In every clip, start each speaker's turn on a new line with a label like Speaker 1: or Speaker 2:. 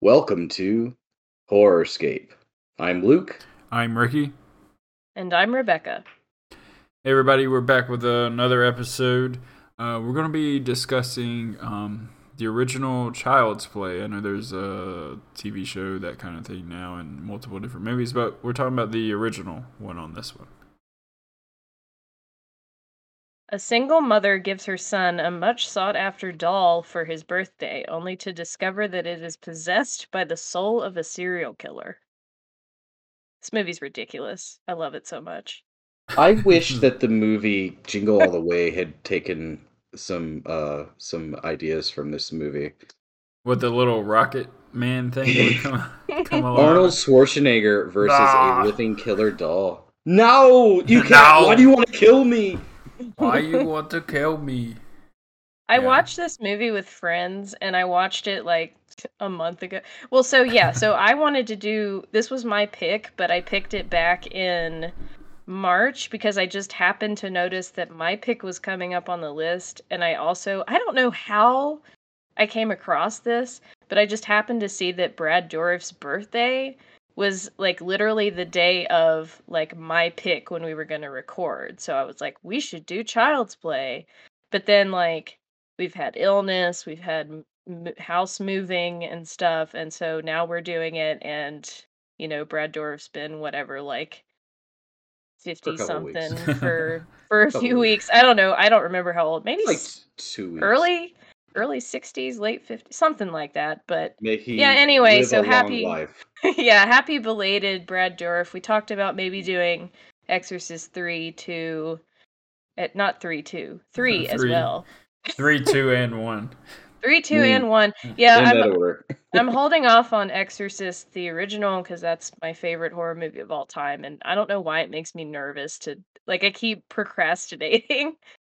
Speaker 1: Welcome to Horrorscape. I'm Luke.
Speaker 2: I'm Ricky.
Speaker 3: And I'm Rebecca.
Speaker 2: Hey, everybody, we're back with another episode. Uh, we're going to be discussing um, the original Child's Play. I know there's a TV show, that kind of thing now, and multiple different movies, but we're talking about the original one on this one.
Speaker 3: A single mother gives her son a much sought after doll for his birthday, only to discover that it is possessed by the soul of a serial killer. This movie's ridiculous. I love it so much.
Speaker 1: I wish that the movie Jingle All the Way had taken some uh some ideas from this movie.
Speaker 2: With the little rocket man thing that would come, come along.
Speaker 1: Arnold Schwarzenegger versus
Speaker 2: Nah.
Speaker 1: a living killer doll. No, you can't.
Speaker 2: No.
Speaker 1: Why do you want to kill me?
Speaker 2: Why you want to kill me?
Speaker 3: I
Speaker 2: Yeah.
Speaker 3: watched this movie with friends and I watched it like a month ago. Well, so yeah, so I wanted to do this was my pick, but I picked it back in March because I just happened to notice that my pick was coming up on the list and I also I don't know how I came across this, but I just happened to see that Brad Dourif's birthday was like literally the day of like my pick when we were going to record. So I was like, we should do Child's Play. But then like we've had illness, we've had m- m- house moving and stuff, and so now we're doing it. And you know, Brad Dorf's been whatever, like fifty
Speaker 1: couple weeks.
Speaker 3: something for for a
Speaker 1: Couple
Speaker 3: few
Speaker 1: weeks.
Speaker 3: weeks. I don't know. I don't remember how old. Maybe
Speaker 1: Like
Speaker 3: s-
Speaker 1: two weeks.
Speaker 3: early early sixties, late fifties, something like that. But
Speaker 1: May he
Speaker 3: Yeah, anyway,
Speaker 1: live
Speaker 3: so
Speaker 1: a long
Speaker 3: happy-
Speaker 1: life.
Speaker 3: yeah, happy belated Brad Dourif. We talked about maybe doing Exorcist three, two, at not three, two, three
Speaker 1: Uh,
Speaker 3: as
Speaker 2: Three.
Speaker 3: well.
Speaker 2: Three, two, and one.
Speaker 3: Three, two,
Speaker 1: Mm.
Speaker 3: and one. Yeah,
Speaker 1: In
Speaker 3: I'm,
Speaker 1: that order.
Speaker 3: I'm holding off on Exorcist the original because that's my favorite horror movie of all time, and I don't know why it makes me nervous to like. I keep procrastinating.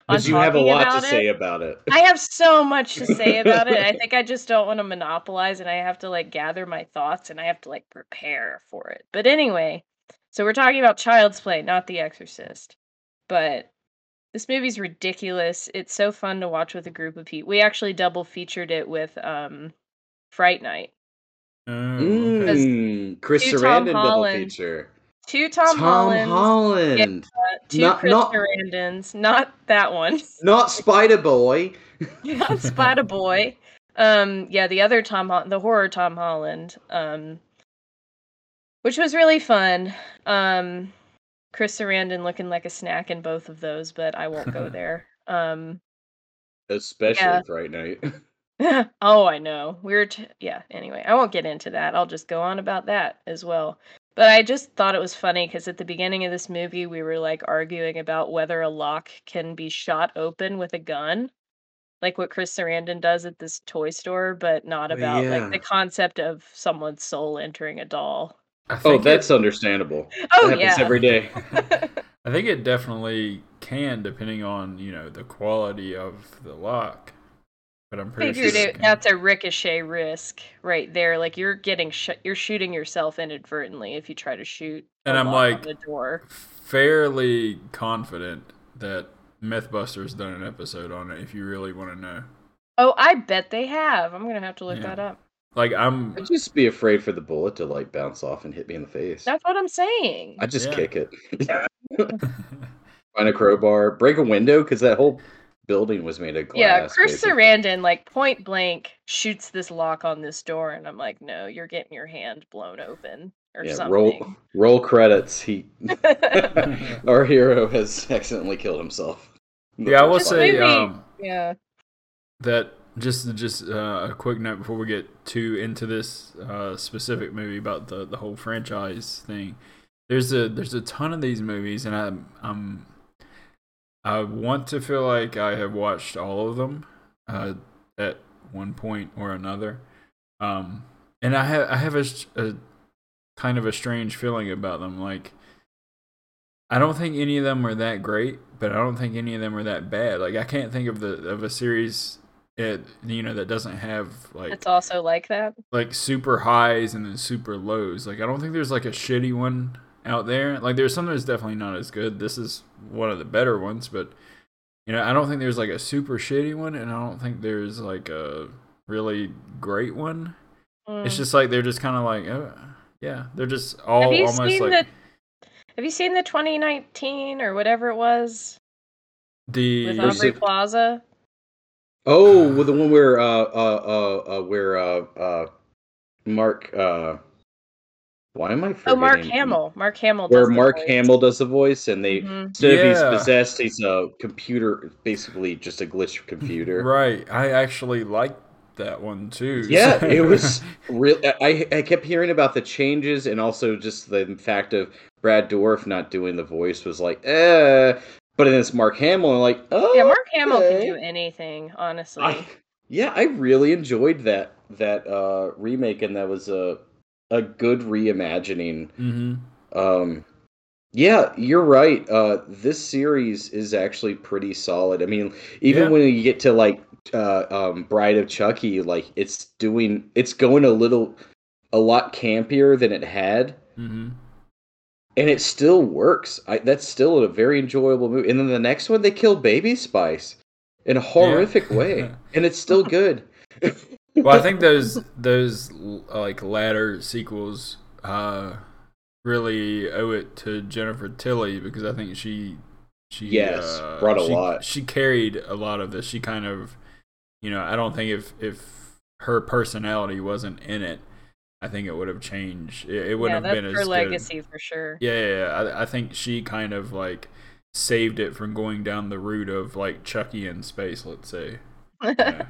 Speaker 3: on
Speaker 1: Because you have a
Speaker 3: talking
Speaker 1: lot to
Speaker 3: about it.
Speaker 1: say about it.
Speaker 3: I have so much to say about it. I think I just don't want to monopolize, and I have to like gather my thoughts, and I have to like prepare for it. But anyway, so we're talking about Child's Play, not The Exorcist, but. This movie's ridiculous. It's so fun to watch with a group of people. We actually double featured it with um, Fright Night.
Speaker 2: Oh, okay.
Speaker 1: Mm, Chris
Speaker 3: two
Speaker 1: Sarandon
Speaker 3: Tom
Speaker 1: double
Speaker 3: Holland-
Speaker 1: feature.
Speaker 3: Two Tom, Hollands,
Speaker 1: Holland.
Speaker 3: two
Speaker 1: Not-
Speaker 3: Chris
Speaker 1: not-
Speaker 3: Sarandons, not that one,
Speaker 1: Not Spider Boy.
Speaker 3: not Spider Boy. Um, yeah, the other Tom, Hol- the horror Tom Holland, um, which was really fun. Um, Chris Sarandon looking like a snack in both of those, but I won't go there. Um,
Speaker 1: Especially
Speaker 3: Yeah.
Speaker 1: Fright Night.
Speaker 3: oh, I know. We were, t- yeah. Anyway, I won't get into that. I'll just go on about that as well. But I just thought it was funny because at the beginning of this movie, we were like arguing about whether a lock can be shot open with a gun, like what Chris Sarandon does at this toy store, but not
Speaker 1: Oh,
Speaker 3: about
Speaker 1: yeah.
Speaker 3: like the concept of someone's soul entering a doll.
Speaker 2: I
Speaker 1: Oh,
Speaker 2: think it-
Speaker 1: that's understandable.
Speaker 3: Oh,
Speaker 1: that happens
Speaker 3: yeah.
Speaker 1: every day.
Speaker 2: I think it definitely can, depending on you know the quality of the lock. But I'm pretty
Speaker 3: figured
Speaker 2: sure
Speaker 3: it,
Speaker 2: can.
Speaker 3: that's a ricochet risk right there. Like you're getting, sh- you're shooting yourself inadvertently if you try to shoot. a
Speaker 2: And I'm
Speaker 3: lock on
Speaker 2: like-
Speaker 3: the door.
Speaker 2: fairly confident that MythBusters done an episode on it. If you really want to know,
Speaker 3: Oh, I bet they have. I'm gonna have to look
Speaker 2: Yeah.
Speaker 3: that up.
Speaker 2: like I'm,
Speaker 1: I'd just be afraid for the bullet to like bounce off and hit me in the face.
Speaker 3: That's what I'm saying.
Speaker 1: I'd just
Speaker 2: Yeah.
Speaker 1: kick it. Find a crowbar, break a window, because that whole building was made of glass.
Speaker 3: yeah, Chris
Speaker 1: basically.
Speaker 3: Sarandon, like point blank, shoots this lock on this door, and I'm like, no, you're getting your hand blown open or
Speaker 1: Yeah, roll
Speaker 3: something.
Speaker 1: roll credits. He
Speaker 3: Roll.
Speaker 1: our hero has accidentally killed himself.
Speaker 2: yeah, I will
Speaker 3: This movie-
Speaker 2: say um,
Speaker 3: yeah.
Speaker 2: that just just uh, a quick note before we get too into this uh, specific movie about the the whole franchise thing. There's a there's a ton of these movies, and I'm I'm I want to feel like I have watched all of them uh, at one point or another. Um, and I have I have a, s- a kind of a strange feeling about them. Like I don't think any of them are that great, but I don't think any of them are that bad. Like I can't think of the of a series, it, you know, that doesn't have like
Speaker 3: It's also like that.
Speaker 2: like super highs and then super lows. Like I don't think there's like a shitty one out there. Like there's some that's definitely not as good. This is one of the better ones, but you know, I don't think there's like a super shitty one and I don't think there's like a really great one.
Speaker 3: Hmm.
Speaker 2: It's just like they're just kind of like, oh, yeah, they're just all
Speaker 3: Mm. have you
Speaker 2: almost
Speaker 3: seen
Speaker 2: like
Speaker 3: the Have you seen the 2019 or whatever it was
Speaker 2: the
Speaker 3: with
Speaker 1: Or
Speaker 3: Aubrey
Speaker 1: Zip-
Speaker 3: Plaza?
Speaker 1: Oh, well, the one where uh uh uh, uh where uh uh Mark uh why am I
Speaker 3: Oh,
Speaker 1: forgetting?
Speaker 3: Mark Hamill. Mark Hamill.
Speaker 1: Where
Speaker 3: does the
Speaker 1: Mark
Speaker 3: voice.
Speaker 1: Hamill does the voice, and they
Speaker 3: Mhm.
Speaker 1: instead of he's
Speaker 2: Yeah.
Speaker 1: possessed, he's a computer, basically just a glitch computer.
Speaker 2: right. I actually like that one too.
Speaker 1: Yeah,
Speaker 2: so-
Speaker 1: it was real. I I kept hearing about the changes, and also just the fact of Brad Dourif not doing the voice was like, eh. But then it's Mark Hamill, and like, oh,
Speaker 3: Yeah, Mark Hamill can
Speaker 1: okay.
Speaker 3: do anything, honestly.
Speaker 1: I, yeah, I really enjoyed that that uh, remake, and that was a a good reimagining.
Speaker 2: Mhm.
Speaker 1: Um, yeah, you're right. Uh, this series is actually pretty solid. I mean, even
Speaker 2: Yeah.
Speaker 1: when you get to like uh, um, Bride of Chucky, like it's doing, it's going a little, a lot campier than it had,
Speaker 2: Mhm.
Speaker 1: and it still works. I, that's still a very enjoyable movie. And then the next one, they kill Baby Spice in a horrific way, and it's still good.
Speaker 2: Well, I think those those uh, like latter sequels uh really owe it to Jennifer Tilly because I think she she
Speaker 1: Yes,
Speaker 2: uh,
Speaker 1: brought a
Speaker 2: she-
Speaker 1: lot.
Speaker 2: She carried a lot of this. She kind of you know I don't think if if her personality wasn't in it, I think it would have changed. It, it
Speaker 3: yeah,
Speaker 2: wouldn't
Speaker 3: that's
Speaker 2: have been
Speaker 3: her
Speaker 2: as good.
Speaker 3: legacy for sure.
Speaker 2: Yeah, yeah, yeah. I, I think she kind of like saved it from going down the route of like Chucky in space, let's say. You know?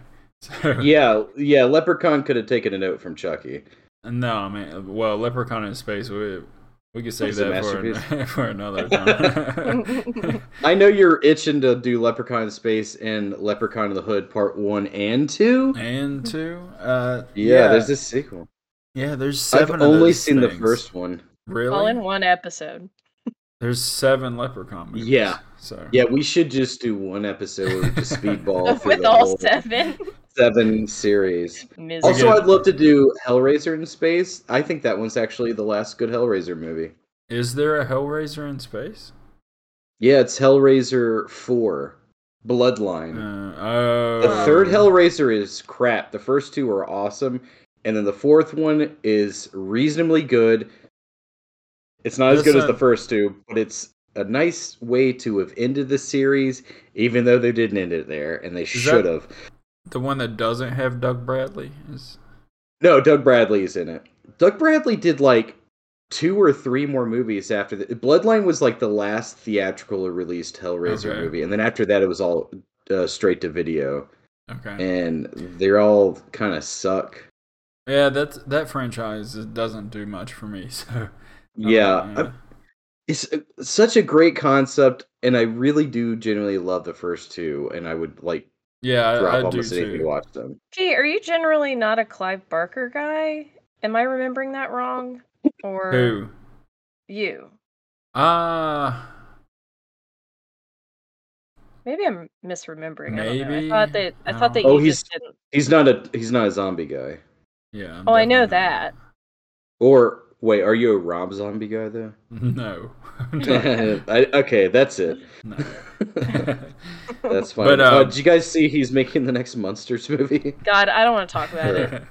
Speaker 2: So-
Speaker 1: yeah, yeah. Leprechaun could have taken a note from Chucky.
Speaker 2: no, man. Well, Leprechaun in space, we we could save
Speaker 1: It's a
Speaker 2: that for, an, for another time.
Speaker 1: I know you're itching to do Leprechaun in Space and Leprechaun in the Hood Part One and Two.
Speaker 2: and two, uh,
Speaker 1: Yeah,
Speaker 2: yeah,
Speaker 1: there's this sequel.
Speaker 2: yeah, there's seven.
Speaker 1: I've
Speaker 2: of
Speaker 1: only
Speaker 2: those
Speaker 1: seen the
Speaker 2: things.
Speaker 1: first one.
Speaker 2: Really?
Speaker 3: All in one episode.
Speaker 2: There's seven Leprechaun movies.
Speaker 1: Yeah.
Speaker 2: So
Speaker 1: Yeah, we should just do one episode where we just speedball through
Speaker 3: With
Speaker 1: the
Speaker 3: all
Speaker 1: whole
Speaker 3: seven.
Speaker 1: seven series.
Speaker 3: Misery.
Speaker 1: Also,
Speaker 2: good.
Speaker 1: I'd love to do Hellraiser in Space. I think that one's actually the last good Hellraiser movie.
Speaker 2: Is there a Hellraiser in space?
Speaker 1: Yeah, it's Hellraiser Four, Bloodline.
Speaker 2: Uh, oh,
Speaker 1: The third Hellraiser is crap. The first two are awesome, and then the fourth one is reasonably good. It's not as good as the
Speaker 2: Listen.
Speaker 1: first two, but it's a nice way to have ended the series, even though they didn't end it there, and they
Speaker 2: that-
Speaker 1: should have.
Speaker 2: The one that doesn't have Doug Bradley is
Speaker 1: No, Doug Bradley is in it. Doug Bradley did like two or three more movies after the Bloodline was like the last theatrical released Hellraiser
Speaker 2: Okay.
Speaker 1: movie, and then after that it was all uh, straight to video,
Speaker 2: okay.
Speaker 1: and they're all kind of suck.
Speaker 2: Yeah, that's that franchise it doesn't do much for me. So
Speaker 1: Yeah,
Speaker 2: uh,
Speaker 1: I- it's uh, such a great concept, and I really do genuinely love the first two, and I would like
Speaker 2: yeah,
Speaker 1: drop
Speaker 2: I, I do
Speaker 1: almost anything to
Speaker 2: too.
Speaker 1: watch them.
Speaker 3: Gee, are you generally not a Clive Barker guy? Am I remembering that wrong? Or
Speaker 2: Who?
Speaker 3: you?
Speaker 2: Ah,
Speaker 3: Maybe I'm misremembering. I don't know.
Speaker 2: Maybe.
Speaker 3: I thought that I
Speaker 2: I
Speaker 3: thought that
Speaker 1: don't- Oh,
Speaker 3: you just
Speaker 1: he's-
Speaker 3: didn't.
Speaker 1: He's not a he's not a zombie guy.
Speaker 2: yeah. I'm
Speaker 3: Oh, I know
Speaker 2: definitely
Speaker 3: that.
Speaker 1: Or wait, are you a Rob zombie guy though?
Speaker 2: not- No.
Speaker 1: I, okay, that's it.
Speaker 2: no.
Speaker 1: That's fine.
Speaker 2: But,
Speaker 1: uh,
Speaker 2: um,
Speaker 1: did you guys see he's making the next Monsters movie?
Speaker 3: God, I don't want to talk about it.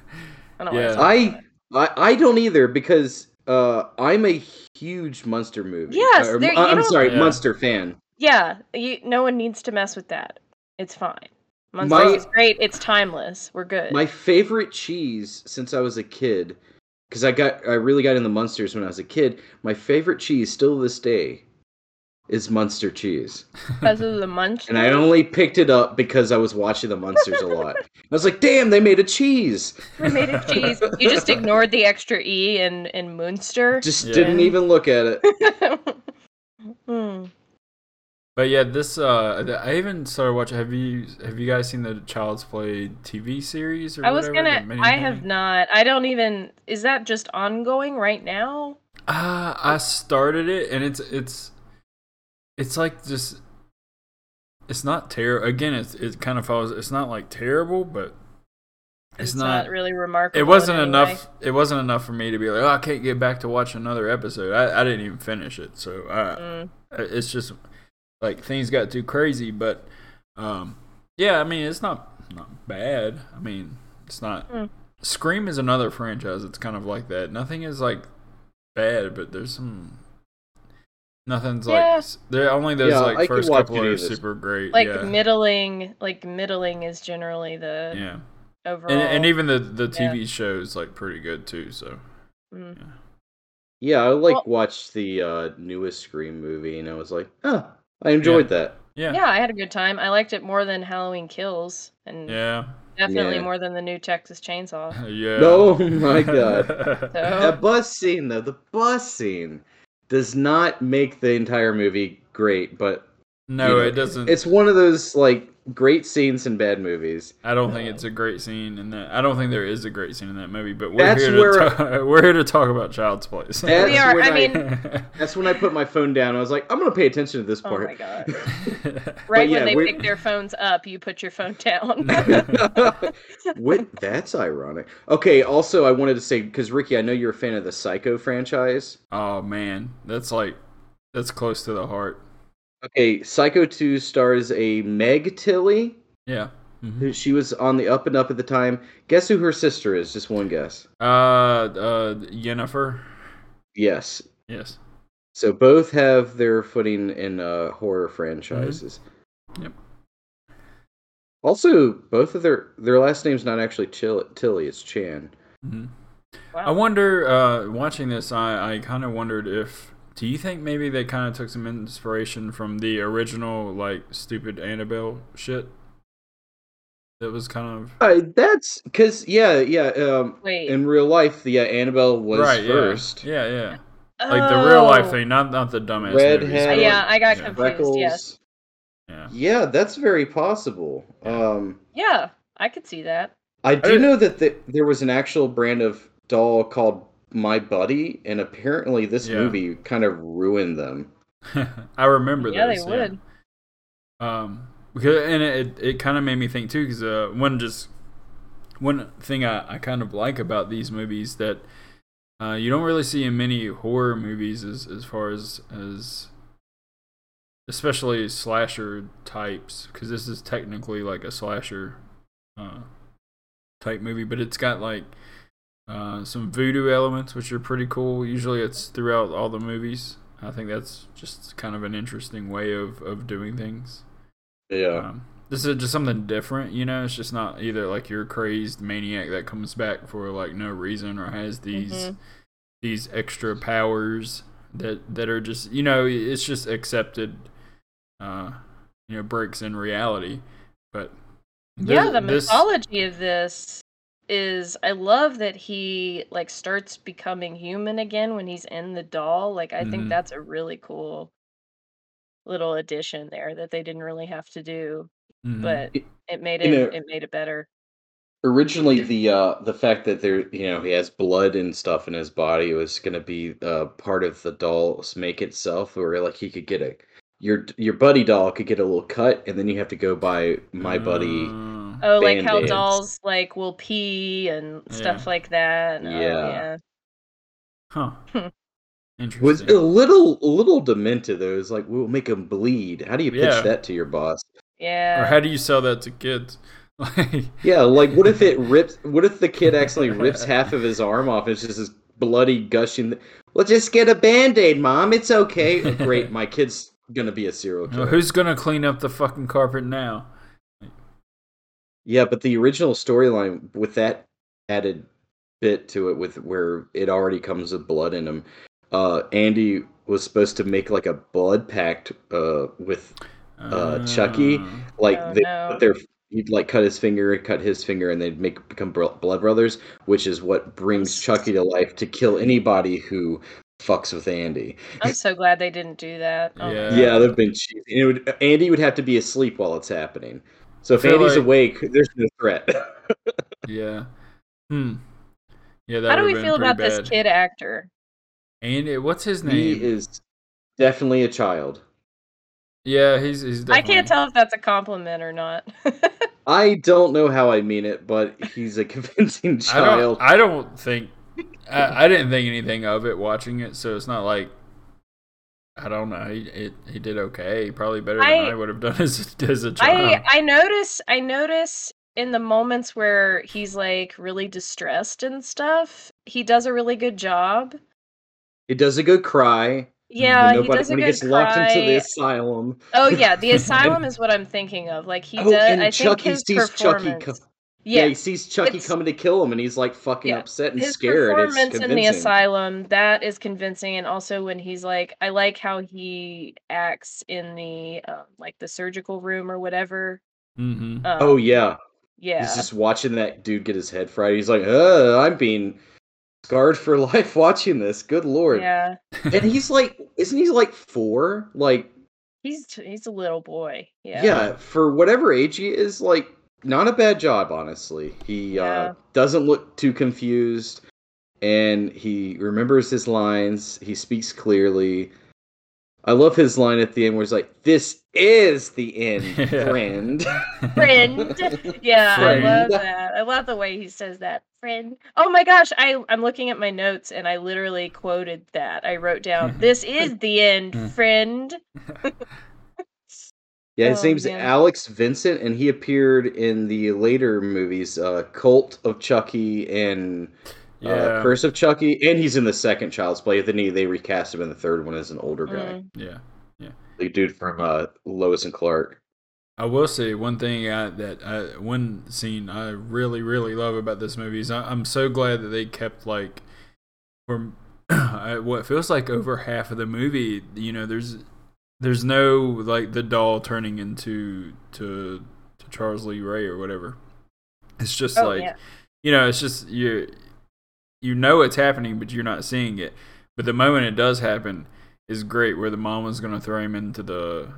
Speaker 3: I don't
Speaker 2: Yeah.
Speaker 3: want to
Speaker 1: I, I I don't either because uh, I'm a huge Monster movie.
Speaker 3: Yes,
Speaker 1: or, uh,
Speaker 3: there- you
Speaker 1: I'm
Speaker 3: don't-
Speaker 1: sorry,
Speaker 2: Yeah.
Speaker 1: Monster fan.
Speaker 3: Yeah, you, no one needs to mess with that. It's fine. Monsters
Speaker 1: My-
Speaker 3: is great. It's timeless. We're good.
Speaker 1: My favorite cheese since I was a kid, because I got I really got into Munsters when I was a kid. My favorite cheese still to this day is Munster cheese,
Speaker 3: Because of the munch.
Speaker 1: and I only picked it up because I was watching the Munsters a lot. I was like, "Damn, they made a cheese!"
Speaker 3: I made a cheese. You just ignored the extra e in in Munster.
Speaker 1: Just
Speaker 2: Yeah.
Speaker 1: didn't even look at it.
Speaker 3: Hmm.
Speaker 2: But yeah, this uh, th- I even started watching. Have you have you guys seen the Child's Play TV series? Or
Speaker 3: I was
Speaker 2: whatever, the
Speaker 3: gonna.
Speaker 2: mini
Speaker 3: I
Speaker 2: thing?
Speaker 3: have not. I don't even. Is that just ongoing right now?
Speaker 2: Uh, I started it, and it's it's it's like just it's not terrible. Again, it's it kind of follows. It's not like terrible, but it's, not.
Speaker 3: really remarkable.
Speaker 2: it
Speaker 3: in
Speaker 2: wasn't
Speaker 3: any
Speaker 2: enough.
Speaker 3: way.
Speaker 2: It wasn't enough for me to be like, oh, I can't get back to watch another episode. I, I didn't even finish it, so I,
Speaker 3: Mm.
Speaker 2: it's just like things got too crazy. But um, yeah, I mean, it's not not bad. I mean, it's not
Speaker 3: Mm.
Speaker 2: Scream is another franchise that's kind of like that. Nothing is like bad, but there's some. Nothing's
Speaker 3: Yeah.
Speaker 2: like there. are Only those
Speaker 1: Yeah, I could
Speaker 2: like first
Speaker 1: watch
Speaker 2: couple
Speaker 1: any
Speaker 2: are
Speaker 1: of this.
Speaker 2: super great.
Speaker 3: Like
Speaker 2: yeah.
Speaker 3: middling, like middling is generally the
Speaker 2: yeah,
Speaker 3: overall.
Speaker 2: and and even the the
Speaker 3: Yeah.
Speaker 2: TV show's like pretty good too. So
Speaker 3: Mm.
Speaker 1: Yeah, I like
Speaker 3: Well-
Speaker 1: watched the uh, newest Scream movie, and I was like, huh, I enjoyed that.
Speaker 2: yeah,
Speaker 3: yeah, I had a good time. I liked it more than Halloween Kills, and
Speaker 2: yeah,
Speaker 3: definitely
Speaker 1: Yeah.
Speaker 3: more than the new Texas Chainsaw.
Speaker 2: yeah.
Speaker 1: Oh my God.
Speaker 3: So
Speaker 1: That bus scene, though, the bus scene does not make the entire movie great, but
Speaker 2: no,
Speaker 1: Yeah.
Speaker 2: it doesn't.
Speaker 1: it's one of those like great scenes in bad movies.
Speaker 2: I don't think it's a great scene in that. I don't think there is a great scene in that movie. But we're
Speaker 1: That's
Speaker 2: here to
Speaker 1: where-
Speaker 2: ta- we're here to talk about Child's Play. so-
Speaker 1: That's
Speaker 3: we are.
Speaker 1: when
Speaker 3: I
Speaker 1: I-
Speaker 3: mean,
Speaker 1: That's when I put my phone down. I was like, I'm gonna pay attention to this
Speaker 3: oh my
Speaker 1: part.
Speaker 3: god! Right
Speaker 1: yeah,
Speaker 3: when they
Speaker 1: we-
Speaker 3: pick their phones up, you put your phone down.
Speaker 1: Wait, that's ironic. Okay, also I wanted to say because Ricky, I know you're a fan of the Psycho franchise.
Speaker 2: oh man, that's like that's close to the heart.
Speaker 1: Okay, Psycho 2 stars a Meg Tilly.
Speaker 2: Yeah. Mhm.
Speaker 1: who She was on the up and up at the time. Guess who her sister is? Just one guess.
Speaker 2: Uh, uh, Yennefer.
Speaker 1: Yes.
Speaker 2: Yes.
Speaker 1: So both have their footing in uh, horror franchises.
Speaker 2: Mm-hmm. Yep.
Speaker 1: Also, both of their their last name's not actually Chil- Tilly; it's Chan.
Speaker 2: Mhm. I
Speaker 3: Wow.
Speaker 2: wonder. Uh, watching this, I I kind of wondered if. Do you think maybe they kind of took some inspiration from the original like stupid Annabelle shit? That was kind of
Speaker 1: Uh, that's because yeah, yeah. Um,
Speaker 3: Wait.
Speaker 1: in real life, the uh, Annabelle was
Speaker 2: right.
Speaker 1: first.
Speaker 2: Yeah. Yeah. yeah. like the real life
Speaker 3: Oh.
Speaker 2: thing, not not the dumbass.
Speaker 1: Red
Speaker 2: movies,
Speaker 1: hair.
Speaker 2: but,
Speaker 3: Yeah, I got
Speaker 2: yeah.
Speaker 3: confused.
Speaker 1: Freckles.
Speaker 3: Yes.
Speaker 2: Yeah.
Speaker 1: Yeah, that's very possible. Um,
Speaker 3: Yeah, I could see that.
Speaker 1: I do
Speaker 2: didn't-
Speaker 1: know that the, there was an actual brand of doll called My Buddy, and apparently this
Speaker 2: Yeah.
Speaker 1: movie kind of ruined them.
Speaker 2: I remember
Speaker 3: Yeah, they
Speaker 2: those,
Speaker 3: would.
Speaker 2: Um, because and it it kind of made me think too, because uh, one just one thing I I kind of like about these movies that uh you don't really see in many horror movies as as far as as especially slasher types, because this is technically like a slasher uh type movie, but it's got like. Uh, some voodoo elements, which are pretty cool. Usually, it's throughout all the movies. I think that's just kind of an interesting way of, of doing things.
Speaker 1: Yeah.
Speaker 2: Um, this is just something different, you know. It's just not either like your crazed maniac that comes back for like no reason or has these
Speaker 3: Mhm.
Speaker 2: these extra powers that that are just you know it's just accepted, uh, you know, breaks in reality. But
Speaker 3: Yeah,
Speaker 2: this-
Speaker 3: the
Speaker 2: this-
Speaker 3: mythology of this is I love that he like starts becoming human again when he's in the doll. Like I think
Speaker 2: Mhm.
Speaker 3: that's a really cool little addition there that they didn't really have to do,
Speaker 2: Mhm.
Speaker 3: but
Speaker 1: It-
Speaker 3: it made it
Speaker 1: you know-
Speaker 3: it made it better.
Speaker 1: Originally, the uh, the fact that there, you know, he has blood and stuff in his body was going to be uh, part of the doll's make itself, where like he could get a your your buddy doll could get a little cut, and then you have to go buy my buddy.
Speaker 2: Uh,
Speaker 3: Oh, like how
Speaker 1: Band-Aids.
Speaker 3: dolls like will pee and stuff
Speaker 2: Yeah.
Speaker 3: like that. and, oh,
Speaker 1: Yeah.
Speaker 3: yeah.
Speaker 2: huh.
Speaker 3: Hmm.
Speaker 2: Interesting.
Speaker 1: Was a little a little demented though. It's like we'll make him bleed. How do you pitch
Speaker 2: Yeah.
Speaker 1: that to your boss?
Speaker 2: or
Speaker 3: Yeah.
Speaker 2: how do you sell that to kids? Like,
Speaker 1: Yeah, like what if it rips? What if the kid actually rips half of his arm off? It's just this bloody gushing. Well, just get a band aid, mom. It's okay. Oh, great, my kid's gonna be a serial
Speaker 2: you know,
Speaker 1: killer.
Speaker 2: who's gonna clean up the fucking carpet now?
Speaker 1: Yeah, but the original storyline with that added bit to it, with where it already comes with blood in him. Uh, Andy was supposed to make like a blood pact uh, with Uh, Chucky?
Speaker 2: Uh,
Speaker 1: like
Speaker 3: Oh,
Speaker 1: they
Speaker 3: no.
Speaker 1: put their he'd like cut his finger, cut his finger, and they'd make become bro- blood brothers, which is what brings
Speaker 3: s-
Speaker 1: Chucky to life to kill anybody who fucks with Andy.
Speaker 3: I'm so glad they didn't do that. Oh my
Speaker 2: Yeah.
Speaker 3: God.
Speaker 1: Yeah, they've been cheap. And it would, Andy would have to be asleep while it's happening. So if
Speaker 2: Feel
Speaker 1: Andy's
Speaker 2: like-
Speaker 1: awake, there's no threat.
Speaker 2: Yeah. Hmm. Yeah. That
Speaker 3: How do
Speaker 2: would've
Speaker 3: we
Speaker 2: been
Speaker 3: feel
Speaker 2: pretty
Speaker 3: about
Speaker 2: bad.
Speaker 3: this kid actor?
Speaker 2: And it- what's his name?
Speaker 1: he is definitely a child.
Speaker 2: yeah, he's he's.
Speaker 3: I can't
Speaker 2: definitely-
Speaker 3: tell if that's a compliment or not.
Speaker 1: I don't know how I mean it, but he's a convincing
Speaker 2: I
Speaker 1: child.
Speaker 2: don't. I don't think. I, I didn't think anything of it watching it, so it's not like. I don't know. He it, he did okay. Probably better than I,
Speaker 3: I-
Speaker 1: Uh-huh.
Speaker 2: would have done as as a child.
Speaker 3: I I notice I notice in the moments where he's like really distressed and stuff, he does a really good
Speaker 1: Mm,
Speaker 3: job.
Speaker 1: It does a good cry.
Speaker 3: Yeah,
Speaker 1: when
Speaker 3: Uh, he
Speaker 1: nobody,
Speaker 3: does a
Speaker 1: when
Speaker 3: good
Speaker 1: he gets
Speaker 3: cry.
Speaker 1: locked into the asylum.
Speaker 3: Oh yeah, the asylum is what I'm thinking of. Like he
Speaker 1: oh,
Speaker 3: does.
Speaker 1: and
Speaker 3: I think
Speaker 1: Chucky
Speaker 3: his
Speaker 1: sees Chucky.
Speaker 3: performance.
Speaker 1: co- yeah.
Speaker 3: yeah,
Speaker 1: he sees Chucky
Speaker 3: it's-
Speaker 1: coming to kill him, and he's like fucking
Speaker 3: Yeah.
Speaker 1: upset and
Speaker 3: his
Speaker 1: scared. It's
Speaker 3: performance in the
Speaker 1: convincing.
Speaker 3: asylum that is convincing, and also when he's like, I like how he acts in the um, like the surgical room or whatever.
Speaker 2: Mm-hmm.
Speaker 3: Um,
Speaker 1: Oh yeah.
Speaker 3: yeah,
Speaker 1: he's just watching that dude get his head fried. He's like, "Ugh, I'm being scarred for life watching this. Good lord!"
Speaker 3: yeah.
Speaker 1: And he's like, "Isn't he like four? Like,
Speaker 3: He's he's a little boy.
Speaker 1: yeah.
Speaker 3: Yeah.
Speaker 1: for whatever age he is, like, not a bad job, honestly. He
Speaker 3: Yeah.
Speaker 1: uh, doesn't look too confused, and he remembers his lines. He speaks clearly." I love his line at the end where he's like, This is the end,
Speaker 2: Yeah.
Speaker 1: friend.
Speaker 3: friend. Yeah,
Speaker 2: Friend.
Speaker 3: I love that. I love the way he says that. Friend. Oh my gosh, I I'm looking at my notes and I literally quoted that. I wrote
Speaker 2: Mm-hmm.
Speaker 3: down, "This is the end, friend."
Speaker 1: Yeah, his
Speaker 3: Oh,
Speaker 1: name's
Speaker 3: man.
Speaker 1: Alex Vincent, and he appeared in the later movies, uh, Cult of Chucky and
Speaker 2: yeah.
Speaker 1: uh, Curse of Chucky, and he's in the second Child's Play. Then he, they recast him in the third one as an older guy,
Speaker 3: Mm.
Speaker 2: yeah.
Speaker 1: the dude from uh, Lois and Clark.
Speaker 2: I will say one thing I, that I, one scene I really really love about this movie is I, I'm so glad that they kept like from uh, what feels like over half of the movie. You know, there's there's no like the doll turning into to to Charles Lee Ray or whatever. It's just
Speaker 3: Oh,
Speaker 2: like
Speaker 3: yeah.
Speaker 2: you know, it's just you you know it's happening, but you're not seeing it. But the moment it does happen is great, where the mom was gonna throw him into the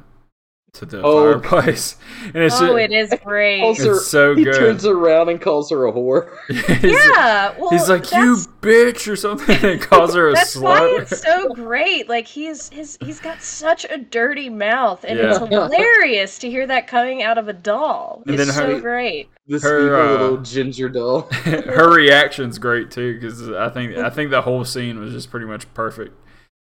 Speaker 2: to the
Speaker 1: Oh.
Speaker 2: fireplace, and it's
Speaker 3: Oh,
Speaker 2: ju-
Speaker 3: it is great.
Speaker 1: Also-
Speaker 2: it's so
Speaker 1: he
Speaker 2: good.
Speaker 1: turns around and calls her a whore.
Speaker 2: He's-
Speaker 3: yeah. Well,
Speaker 2: he's like you
Speaker 3: that's-
Speaker 2: bitch or something, and calls her a
Speaker 3: That's why it's
Speaker 2: slut.
Speaker 3: so great. Like he's his he's got such a dirty mouth, and it's
Speaker 1: Yeah.
Speaker 3: hilarious to hear that coming out of a doll.
Speaker 2: And
Speaker 3: It's
Speaker 2: then
Speaker 3: so
Speaker 2: her-
Speaker 3: great.
Speaker 1: This
Speaker 2: Her,
Speaker 1: evil
Speaker 2: uh,
Speaker 1: little ginger doll.
Speaker 2: her reaction's great too, because I think I think the whole scene was just pretty much perfect.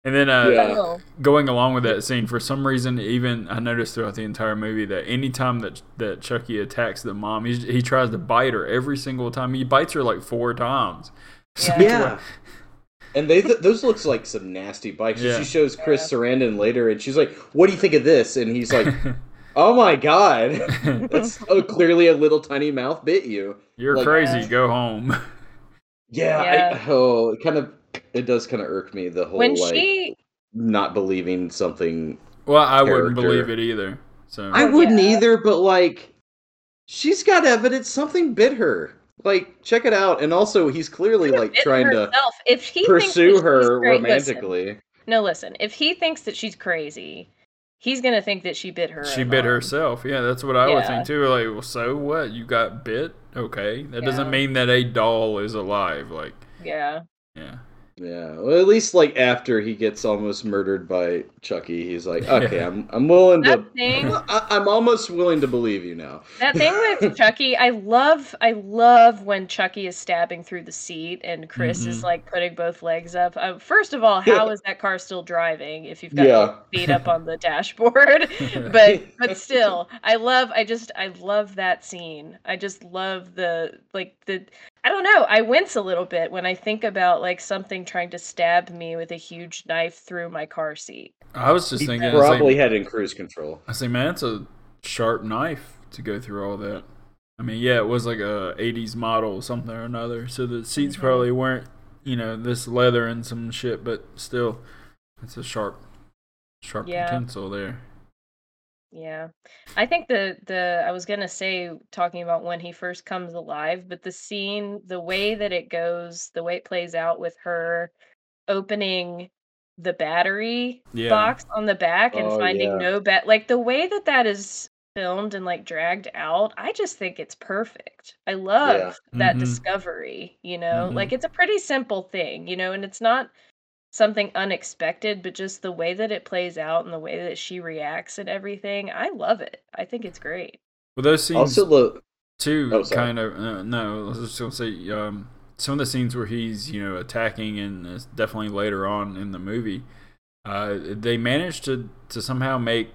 Speaker 2: And then uh,
Speaker 1: Yeah.
Speaker 3: Oh.
Speaker 2: going along with that scene, for some reason, even I noticed throughout the entire movie that anytime that that Chucky attacks the mom, he he tries to bite her every single time. He bites her like four times.
Speaker 3: Yeah.
Speaker 1: yeah. And they th- those looks like some nasty bites.
Speaker 2: Yeah.
Speaker 1: She shows Chris
Speaker 3: Yeah.
Speaker 1: Sarandon later, and she's like, "What do you think of this?" And he's like, "Oh my god." That's so clearly a little tiny mouth bit you.
Speaker 2: You're
Speaker 1: Like- uh,
Speaker 2: crazy.
Speaker 3: Yeah.
Speaker 2: Go home.
Speaker 1: Yeah,
Speaker 3: Yeah.
Speaker 1: I, oh, it kind of it does kind of irk me the whole
Speaker 3: When
Speaker 1: like
Speaker 3: she
Speaker 1: not believing something.
Speaker 2: Well, I wouldn't
Speaker 1: Character.
Speaker 2: believe it either. So
Speaker 1: I
Speaker 3: Oh,
Speaker 1: wouldn't
Speaker 3: yeah.
Speaker 1: either, but like she's got evidence something bit her. Like check it out, and also he's clearly like
Speaker 3: bit
Speaker 1: trying
Speaker 3: herself, if he
Speaker 1: to
Speaker 3: thinks that
Speaker 1: pursue
Speaker 3: she's
Speaker 1: her
Speaker 3: cra- listen,
Speaker 1: romantically.
Speaker 3: no, listen. If he thinks that she's crazy, he's gonna think that she bit her.
Speaker 2: she
Speaker 3: own
Speaker 2: bit
Speaker 3: arm.
Speaker 2: herself. Yeah, that's what I would
Speaker 3: Yeah.
Speaker 2: think too. Like, well, so what? You got bit? Okay, that doesn't
Speaker 3: Yeah.
Speaker 2: mean that a doll is alive. Like,
Speaker 3: Yeah.
Speaker 2: yeah,
Speaker 1: Yeah, well, at least like after he gets almost murdered by Chucky, he's like, okay,
Speaker 2: Yeah.
Speaker 1: I'm I'm willing to.
Speaker 3: That thing.
Speaker 1: I, I'm almost willing to believe you now.
Speaker 3: That thing with Chucky, I love I love when Chucky is stabbing through the seat and Chris is
Speaker 2: Mhm.
Speaker 3: like putting both legs up. Um, first of all, how is that car still driving if you've got
Speaker 1: Yeah.
Speaker 3: both feet up on the dashboard? but but still, I love I just I love that scene. I just love the like the I don't know, I wince a little bit when I think about like something trying to stab me with a huge knife through my car seat.
Speaker 2: I was just
Speaker 1: He
Speaker 2: thinking. I was like-
Speaker 1: probably had it in cruise control.
Speaker 2: I say, man, it's a sharp knife to go through all that. I mean, yeah, it was like a '80s model, something or another. So the seats
Speaker 3: Mhm.
Speaker 2: probably weren't, you know, this leather and some shit, but still, it's a sharp, sharp
Speaker 3: Yeah.
Speaker 2: utensil there.
Speaker 3: Yeah. I think the the I was gonna say talking about when he first comes alive, but the scene, the way that it goes, the way it plays out with her opening the battery
Speaker 2: Yeah.
Speaker 3: box on the back and
Speaker 1: Oh,
Speaker 3: finding
Speaker 1: yeah.
Speaker 3: no bat like the way that that is filmed and like dragged out, I just think it's perfect. I love that
Speaker 2: Mhm.
Speaker 3: discovery, you know?
Speaker 2: Mhm.
Speaker 3: Like it's a pretty simple thing, you know, and it's not something unexpected, but just the way that it plays out and the way that she reacts and everything, I love it. I think it's great.
Speaker 2: Well, those scenes
Speaker 1: Also, the
Speaker 2: too,
Speaker 1: Oh, sorry.
Speaker 2: kind of. Uh, no, I was just gonna say, um, some of the scenes where he's, you know, attacking, and it's definitely later on in the movie, uh, they managed to to somehow make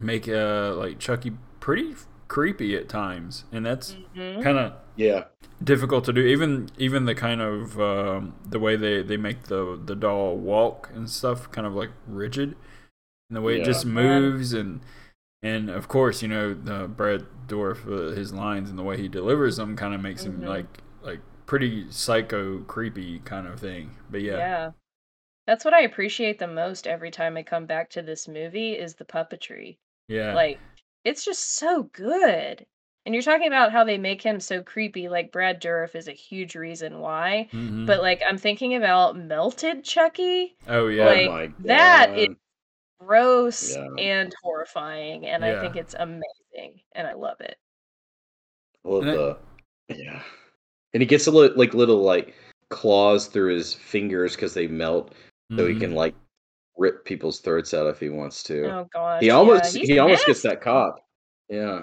Speaker 2: make uh like Chucky pretty creepy at times, and that's
Speaker 3: Mhm.
Speaker 2: kind of
Speaker 1: Yeah.
Speaker 2: difficult to do. Even even the kind of um, the way they they make the the doll walk and stuff, kind of like rigid, and the way it
Speaker 1: Yeah.
Speaker 2: just
Speaker 3: Yeah.
Speaker 2: moves and and of course you know uh, Brad Dorff uh, his lines and the way he delivers them kind of makes him
Speaker 3: Mhm.
Speaker 2: like like pretty psycho creepy kind of thing. But
Speaker 3: Yeah.
Speaker 2: yeah,
Speaker 3: That's what I appreciate the most every time I come back to this movie is the puppetry.
Speaker 2: yeah,
Speaker 3: Like it's just so good. And you're talking about how they make him so creepy like Brad Dourif is a huge reason why.
Speaker 2: Mhm.
Speaker 1: Mm.
Speaker 3: But like I'm thinking about melted Chucky.
Speaker 2: oh yeah,
Speaker 3: like, that is-
Speaker 1: God.
Speaker 3: Gross
Speaker 1: Yeah.
Speaker 3: and horrifying and
Speaker 2: Yeah.
Speaker 3: I think it's amazing and I love it.
Speaker 1: Love
Speaker 2: And I-
Speaker 1: the yeah, and he gets a little like little like claws through his fingers because they melt, so he
Speaker 2: Mhm.
Speaker 1: can like rip people's throats out if he wants to.
Speaker 3: Oh gosh.
Speaker 1: he
Speaker 3: yeah,
Speaker 1: almost
Speaker 3: he's
Speaker 1: he almost gets
Speaker 3: nasty.
Speaker 1: that cop. Yeah,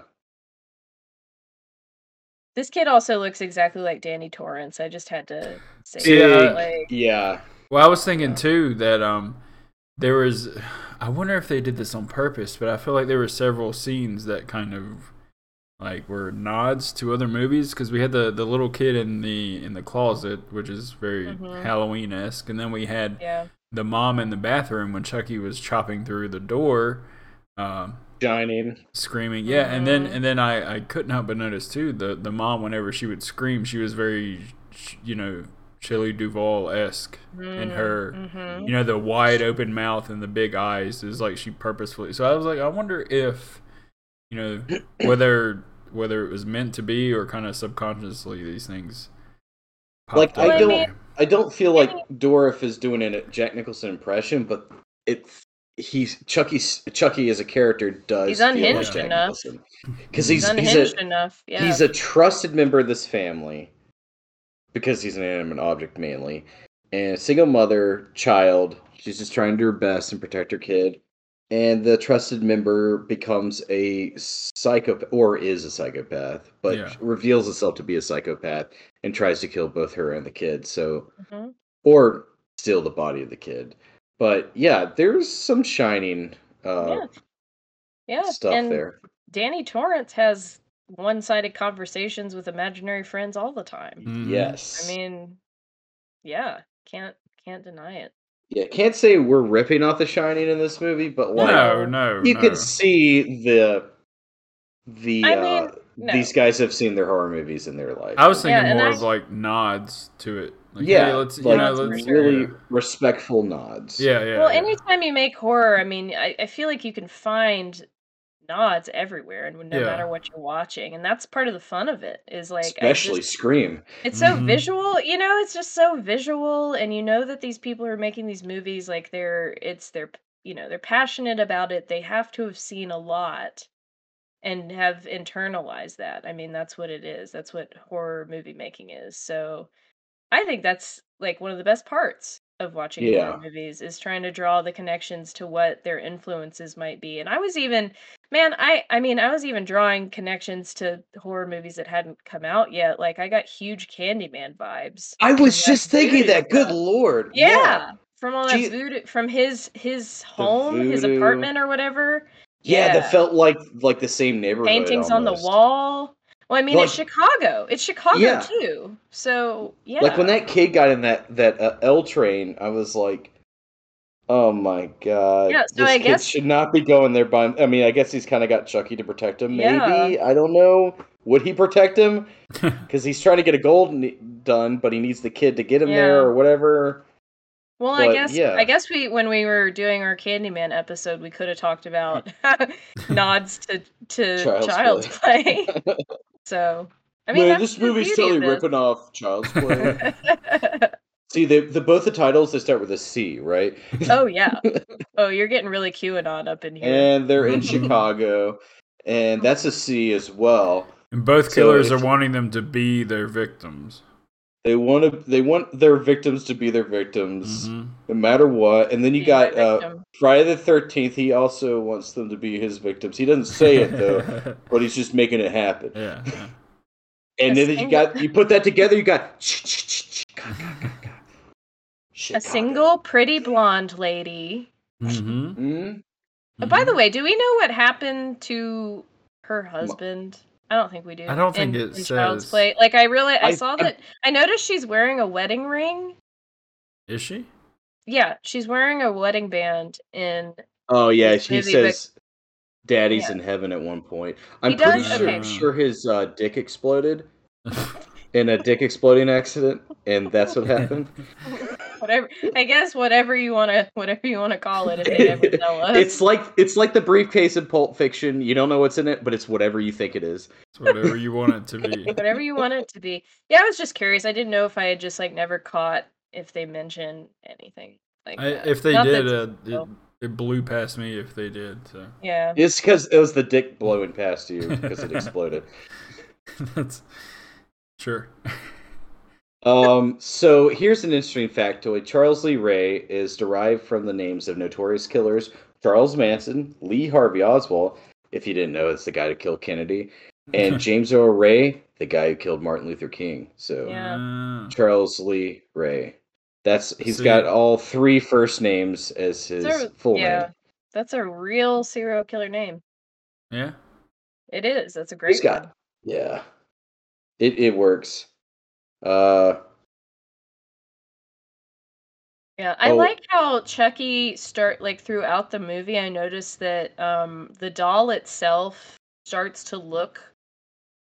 Speaker 3: This kid also looks exactly like Danny Torrance. I just had to say
Speaker 1: Big.
Speaker 3: that. Like,
Speaker 1: yeah.
Speaker 2: Well, I was thinking too that um, there was. I wonder if they did this on purpose, but I feel like there were several scenes that kind of like were nods to other movies because we had the the little kid in the in the closet, which is very
Speaker 3: Mhm.
Speaker 2: Halloween esque, and then we had
Speaker 3: yeah.
Speaker 2: the mom in the bathroom when Chucky was chopping through the door. Um,
Speaker 1: Shining.
Speaker 2: screaming yeah and then
Speaker 3: Mhm.
Speaker 2: and then i i couldn't help but notice too the the mom whenever she would scream she was very sh- you know Shelley duval-esque in her
Speaker 3: Mhm.
Speaker 2: you know the wide open mouth and the big eyes is like she purposefully so i was like i wonder if you know whether whether it was meant to be or kind of subconsciously these things
Speaker 1: Like,
Speaker 2: popped
Speaker 1: I
Speaker 2: up.
Speaker 3: don't- Well, I mean-
Speaker 1: I don't feel like Dorif is doing a Jack Nicholson impression, but it's he's Chucky. Chucky as a character does
Speaker 3: He's
Speaker 1: feel like
Speaker 3: unhinged
Speaker 1: Jack
Speaker 3: enough.
Speaker 1: Nicholson because
Speaker 3: He's,
Speaker 1: he's he's,
Speaker 3: unhinged
Speaker 1: a
Speaker 3: enough. Yeah.
Speaker 1: he's a trusted member of this family because he's an inanimate object mainly, and a single mother child. She's just trying to do her best and protect her kid, and the trusted member becomes a psychopath or is a psychopath, but
Speaker 2: Yeah.
Speaker 1: reveals itself to be a psychopath and tries to kill both her and the kid. So
Speaker 3: Mhm.
Speaker 1: or steal the body of the kid. But yeah, there's some shining uh,
Speaker 3: Yeah.
Speaker 1: stuff
Speaker 3: and
Speaker 1: there.
Speaker 3: Danny Torrance has one-sided conversations with imaginary friends all the time.
Speaker 2: Mhm.
Speaker 1: Yes.
Speaker 3: I mean, yeah, can't can't deny it.
Speaker 1: yeah, can't say we're ripping off The Shining in this movie, but like
Speaker 2: no no
Speaker 1: you
Speaker 2: no.
Speaker 1: could see the the
Speaker 3: I
Speaker 1: uh,
Speaker 3: mean, no.
Speaker 1: these guys have seen their horror movies in their life.
Speaker 2: i was thinking
Speaker 3: Yeah, and
Speaker 2: more
Speaker 3: I-
Speaker 2: of like nods to it like,
Speaker 1: yeah,
Speaker 2: hey, let's you
Speaker 1: like
Speaker 2: know
Speaker 3: for
Speaker 2: let's
Speaker 3: sure.
Speaker 1: really respectful nods.
Speaker 2: yeah yeah
Speaker 3: well,
Speaker 2: yeah.
Speaker 3: anytime you make horror, I mean, I, I feel like you can find nods everywhere, and no
Speaker 2: Yeah.
Speaker 3: matter what you're watching, and that's part of the fun of it. Is like I
Speaker 1: especially
Speaker 3: just-
Speaker 1: Scream.
Speaker 3: It's so
Speaker 2: Mhm.
Speaker 3: visual, you know, it's just so visual and you know that these people who are making these movies like they're it's their p- you know, they're passionate about it. They have to have seen a lot and have internalized that. I mean, that's what it is. That's what horror movie making is. So, I think that's like one of the best parts of watching
Speaker 1: Yeah.
Speaker 3: horror movies is trying to draw the connections to what their influences might be. And I was even man, I I mean, I was even drawing connections to horror movies that hadn't come out yet. Like I got huge Candyman vibes.
Speaker 1: I was
Speaker 3: Yeah,
Speaker 1: just thinking
Speaker 3: voodoo
Speaker 1: that. Good
Speaker 3: stuff.
Speaker 1: lord.
Speaker 3: Yeah. From all that
Speaker 1: Gee-
Speaker 3: voodoo from his his home, his
Speaker 1: voodoo.
Speaker 3: apartment or whatever.
Speaker 1: Yeah,
Speaker 3: Yeah.
Speaker 1: that felt like like the same neighborhood.
Speaker 3: Paintings on the
Speaker 1: almost.
Speaker 3: wall. Well, I mean, it's
Speaker 1: Like-
Speaker 3: Chicago. It's Chicago
Speaker 1: Yeah.
Speaker 3: too. So yeah.
Speaker 1: Like when that kid got in that that uh, L train, I was like, "Oh my god,
Speaker 3: Yeah, so
Speaker 1: this
Speaker 3: I
Speaker 1: kid
Speaker 3: guess-
Speaker 1: should not be going there." By I mean, I guess he's kind of got Chucky to protect him. Maybe
Speaker 3: Yeah.
Speaker 1: I don't know. Would he protect him? Because he's trying to get a gold n- done, but he needs the kid to get him there
Speaker 3: Yeah.
Speaker 1: or whatever.
Speaker 3: Well,
Speaker 1: But,
Speaker 3: I guess
Speaker 1: yeah.
Speaker 3: I guess we when we were doing our Candyman episode, we could have talked about nods to to
Speaker 1: Child's
Speaker 3: Child's, Play. so, I mean,
Speaker 1: Man,
Speaker 3: that's
Speaker 1: this
Speaker 3: the
Speaker 1: movie's
Speaker 3: beauty
Speaker 1: totally
Speaker 3: of
Speaker 1: ripping off Child's Play.
Speaker 3: this.
Speaker 1: See, the, the both the titles they start with a C, right?
Speaker 3: oh yeah. Oh, you're getting really QAnon up in here.
Speaker 1: And they're in Chicago, and that's a C as well.
Speaker 2: And both
Speaker 1: So
Speaker 2: killers
Speaker 1: if-
Speaker 2: are wanting them to be their victims.
Speaker 1: They want to. They want their victims to be their victims,
Speaker 2: Mhm.
Speaker 1: no matter what. And then you
Speaker 3: being my
Speaker 1: got uh,
Speaker 3: victim.
Speaker 1: Friday the Thirteenth. He also wants them to be his victims. He doesn't say it though, but he's just making it happen.
Speaker 2: yeah. yeah.
Speaker 1: And
Speaker 3: A
Speaker 1: then you
Speaker 3: single-
Speaker 1: got you put that together. You got uh,
Speaker 3: a single pretty blonde lady.
Speaker 2: Mhm.
Speaker 1: Mm?
Speaker 3: Uh, By the
Speaker 2: Mhm.
Speaker 3: way, do we know what happened to her husband. I don't think we do.
Speaker 2: I don't think
Speaker 3: in-
Speaker 2: it
Speaker 3: in Child's
Speaker 2: says-
Speaker 3: Play. Like I really, I,
Speaker 1: I-
Speaker 3: saw
Speaker 1: I-
Speaker 3: that. I noticed she's wearing a wedding ring.
Speaker 2: mm-hmm. Is she?
Speaker 3: Yeah, she's wearing a wedding band in.
Speaker 1: Oh yeah,
Speaker 3: It's
Speaker 1: he
Speaker 3: busy, but-
Speaker 1: says daddy's
Speaker 3: Yeah.
Speaker 1: in heaven at one point. I'm
Speaker 3: does?
Speaker 1: pretty sure,
Speaker 2: Okay.
Speaker 1: sure his uh, dick exploded in a dick exploding accident, and that's what happened.
Speaker 3: Whatever. I guess whatever you wanna, whatever you wanna call it, if they never tell us.
Speaker 1: it's like it's like the briefcase in Pulp Fiction. You don't know what's in it, but it's whatever you think it is.
Speaker 2: It's whatever you want it to be.
Speaker 3: whatever you want it to be. Yeah, I was just curious. I didn't know if I had just like never caught if they mention anything like
Speaker 2: I,
Speaker 3: that.
Speaker 2: if they
Speaker 3: Not
Speaker 2: did,
Speaker 3: that-
Speaker 2: uh, it, it blew past me. If they did, so
Speaker 3: yeah,
Speaker 1: It's because it was the dick blowing past you because it exploded.
Speaker 2: that's sure.
Speaker 1: Um, so here's an interesting factoid: Charles Lee Ray is derived from the names of notorious killers Charles Manson, Lee Harvey Oswald. If you didn't know, it's the guy who killed Kennedy, and James Earl Ray, the guy who killed Martin Luther King. So
Speaker 3: Yeah.
Speaker 2: Ah.
Speaker 1: Charles Lee Ray. That's he's
Speaker 2: See-
Speaker 1: got all three first names as his
Speaker 3: Sir-
Speaker 1: full
Speaker 3: yeah,
Speaker 1: name.
Speaker 3: that's a real serial killer name.
Speaker 2: yeah.
Speaker 3: It is. That's a great.
Speaker 1: He's got yeah. It it works. Uh
Speaker 3: Yeah, I
Speaker 1: Oh.
Speaker 3: like how Chucky start like throughout the movie. I noticed that um the doll itself starts to look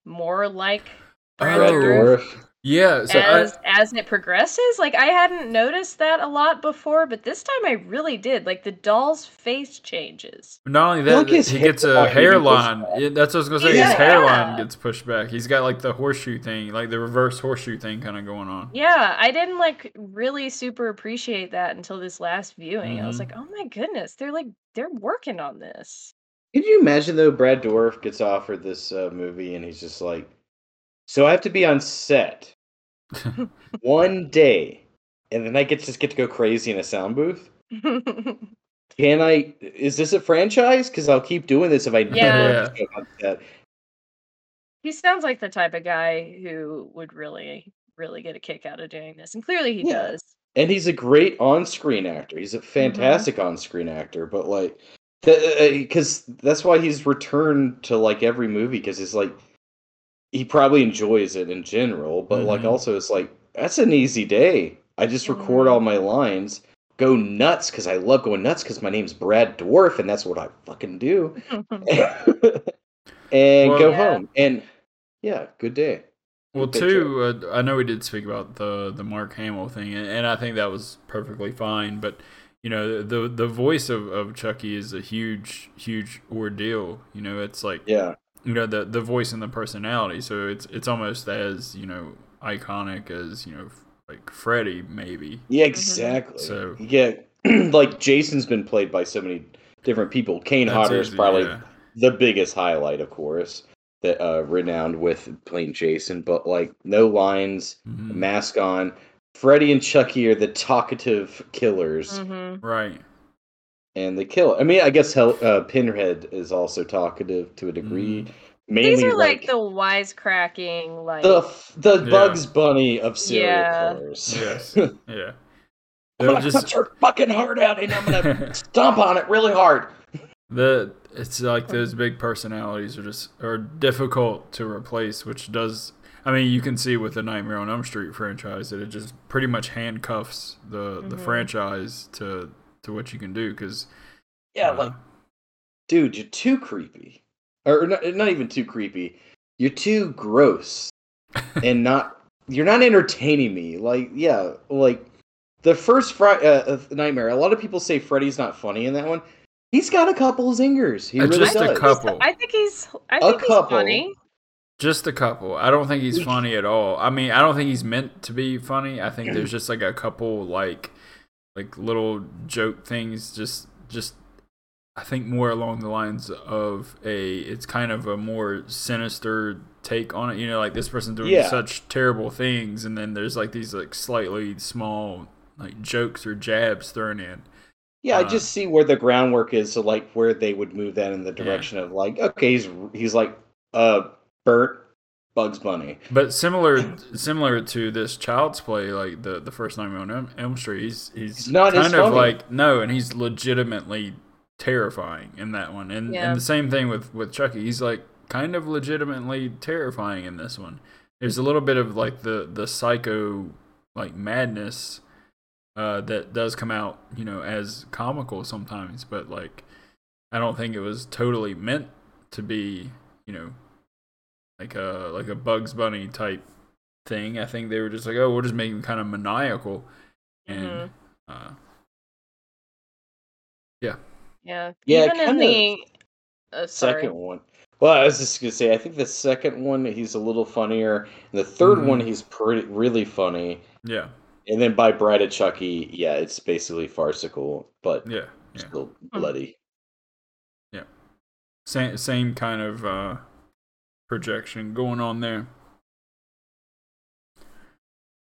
Speaker 3: more like Brad
Speaker 1: Brad
Speaker 3: Dourif
Speaker 1: Dourif.
Speaker 2: Oh, Yeah. So I,
Speaker 3: as as it progresses. Like I hadn't noticed that a lot before, but this time I really did. Like the doll's face changes.
Speaker 2: Not only
Speaker 1: Look,
Speaker 2: that,
Speaker 1: his
Speaker 2: he
Speaker 1: hair
Speaker 2: gets a
Speaker 1: already goes
Speaker 2: hairline.
Speaker 1: back.
Speaker 2: Yeah, that's what I was gonna say.
Speaker 3: Yeah.
Speaker 2: His hairline gets pushed back. He's got like the horseshoe thing, like the reverse horseshoe thing, kind of going on.
Speaker 3: Yeah, I didn't like really super appreciate that until this last viewing. I was
Speaker 2: Mhm.
Speaker 1: Mm-hmm.
Speaker 3: like, "Oh my goodness, they're like they're working on this."
Speaker 1: Can you imagine though? Brad Dourif gets offered this uh, movie, and he's just like, "So I have to be on set one day, and then I get just get to go crazy in a sound booth. Can I? Is this a franchise? Because I'll keep doing this if I never
Speaker 3: Yeah.
Speaker 1: have to go on set.
Speaker 3: he sounds like the type of guy who would really really get a kick out of doing this and clearly he
Speaker 1: Yeah.
Speaker 3: does
Speaker 1: And he's a great on-screen actor. He's a fantastic on-screen actor, but like, because that's why he's returned to like every movie because it's like he probably enjoys it in general, but like
Speaker 2: Mhm.
Speaker 1: also it's like that's an easy day. I just record
Speaker 3: Mhm.
Speaker 1: all my lines, go nuts because I love going nuts because my name's Brad Dwarf and that's what I fucking do, and go
Speaker 2: Well-
Speaker 3: Yeah.
Speaker 1: home and yeah, good day.
Speaker 2: Well,
Speaker 1: Good
Speaker 2: too, uh, I know we did speak about the the Mark Hamill thing, and, and I think that was perfectly fine. But you know, the the voice of of Chucky is a huge huge ordeal. You know, it's like
Speaker 1: Yeah,
Speaker 2: you know the the voice and the personality. So it's it's almost as you know iconic as you know f- like Freddy maybe.
Speaker 1: yeah,
Speaker 3: Mm-hmm.
Speaker 1: exactly.
Speaker 2: So-
Speaker 1: yeah, like Jason's been played by so many different people. Kane
Speaker 2: That's
Speaker 1: Hodder is
Speaker 2: easy,
Speaker 1: probably
Speaker 2: yeah.
Speaker 1: the biggest highlight, of course, that uh, renowned with playing Jason, but like no lines,
Speaker 2: Mhm.
Speaker 1: mask on. Freddy and Chucky are the talkative killers,
Speaker 3: Mhm.
Speaker 2: right.
Speaker 1: and they kill. I mean, I guess Hel- uh, Pinhead is also talkative to a degree.
Speaker 2: Hmm.
Speaker 1: Mainly
Speaker 3: these are like,
Speaker 1: like,
Speaker 3: the wisecracking like
Speaker 1: the f- the
Speaker 2: Yeah.
Speaker 1: Bugs Bunny of serial
Speaker 3: Yeah.
Speaker 1: killers.
Speaker 2: Yes. Yeah.
Speaker 1: I'm
Speaker 2: They'll
Speaker 1: gonna cut your fucking heart out, and I'm gonna stomp on it really hard.
Speaker 2: the it's like those big personalities are just are difficult to replace, which does. I mean, you can see with the Nightmare on Elm Street franchise that it just pretty much handcuffs the the
Speaker 3: Mhm.
Speaker 2: franchise to to what you can do because
Speaker 1: Yeah,
Speaker 2: Uh-huh.
Speaker 1: like dude, you're too creepy, or not, not even too creepy. You're too gross, and not you're not entertaining me. Like, yeah, like the first Fri- uh, uh, Nightmare. A lot of people say Freddy's not funny in that one. He's got a couple zingers. He
Speaker 2: Uh,
Speaker 1: really
Speaker 2: just a
Speaker 1: does.
Speaker 2: couple.
Speaker 3: i think he's i
Speaker 1: A
Speaker 3: think he's
Speaker 1: couple.
Speaker 3: funny
Speaker 2: just a couple. I don't think he's funny at all. I mean, I don't think he's meant to be funny. I think there's just like a couple like like little joke things. Just just I think more along the lines of a it's kind of a more sinister take on it. You know, like this person doing
Speaker 1: Yeah.
Speaker 2: such terrible things, and then there's like these like slightly small like jokes or jabs thrown in.
Speaker 1: Yeah, I
Speaker 2: Uh,
Speaker 1: just see where the groundwork is, so like where they would move that in the direction of like, okay, he's he's like uh Bert Bugs Bunny.
Speaker 2: But similar, similar to this Child's Play, like the the first Nightmare on Elm, Elm Street, he's he's
Speaker 1: It's not as
Speaker 2: kind of
Speaker 1: funny.
Speaker 2: like no, and he's legitimately terrifying in that one, and
Speaker 3: Yeah.
Speaker 2: and the same thing with with Chucky, he's like kind of legitimately terrifying in this one. There's a little bit of like the the psycho like madness uh, that does come out, you know, as comical sometimes, but like I don't think it was totally meant to be, you know, like a like a Bugs Bunny type thing. I think they were just like, oh, we'll just make him kind of maniacal, and uh, yeah,
Speaker 3: Yeah.
Speaker 1: Yeah,
Speaker 3: Even in
Speaker 1: kinda
Speaker 3: the uh, sorry.
Speaker 1: Second one. Well, I was just gonna say, I think the second one he's a little funnier, and the 3rd
Speaker 2: Mhm.
Speaker 1: one he's pretty really funny.
Speaker 2: yeah,
Speaker 1: And then by Bride of Chucky, yeah, it's basically farcical, but
Speaker 2: yeah, yeah. Hmm.
Speaker 1: still bloody.
Speaker 2: Same same kind of uh, projection going on there,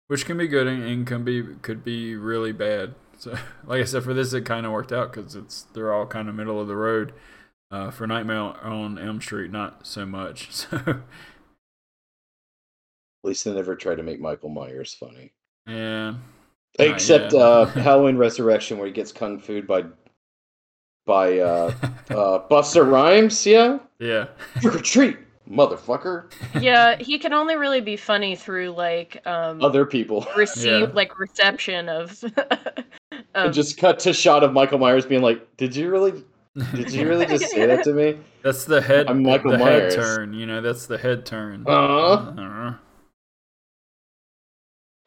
Speaker 2: which can be good and, and can be could be really bad. So, like I said, for this it kind of worked out because it's they're all kind of middle of the road. Uh, for Nightmare on Elm Street, not so much. So
Speaker 1: At least they never tried to make Michael Myers funny.
Speaker 2: yeah, Ah,
Speaker 1: Except
Speaker 2: yeah.
Speaker 1: uh, Halloween Resurrection, where he gets kung fu by by uh, uh, Buster Rhymes. Yeah,
Speaker 2: yeah.
Speaker 1: trick or treat, motherfucker.
Speaker 2: Hmm.
Speaker 3: yeah, he can only really be funny through like um
Speaker 1: Other people.
Speaker 3: receive
Speaker 2: Yeah.
Speaker 3: like reception of
Speaker 1: And
Speaker 3: of
Speaker 1: just cut to shot of Michael Myers being like, "Did you really? Did you really just say that to me?"
Speaker 2: That's the head.
Speaker 1: I'm Michael
Speaker 2: the
Speaker 1: Myers.
Speaker 2: head turn. You know, that's the head turn.
Speaker 1: Uh,
Speaker 2: Uh-huh.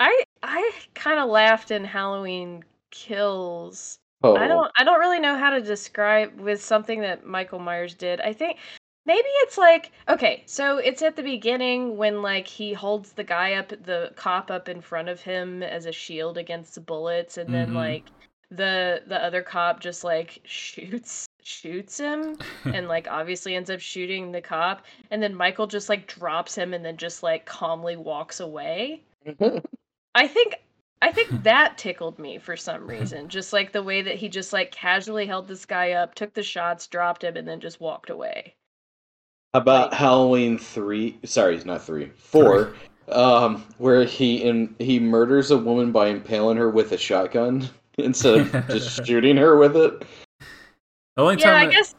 Speaker 3: I I kind of laughed in Halloween Kills.
Speaker 1: oh,
Speaker 3: I don't I don't really know how to describe with something that Michael Myers did. I think maybe it's like okay, so it's at the beginning when like he holds the guy up the cop up in front of him as a shield against the bullets and then
Speaker 2: Mhm.
Speaker 3: like the the other cop just like shoots shoots him and like obviously ends up shooting the cop and then Michael just like drops him and then just like calmly walks away. I think I
Speaker 2: Hmm.
Speaker 3: think that tickled me for some reason. Just like the way that he just like casually held this guy up, took the shots, dropped him, and then just walked away.
Speaker 1: How about Halloween three? Sorry, not three, four. Um, where he in he murders a woman by impaling her with a shotgun instead of just shooting her with it.
Speaker 2: The only
Speaker 3: yeah, I
Speaker 2: time it-
Speaker 3: guess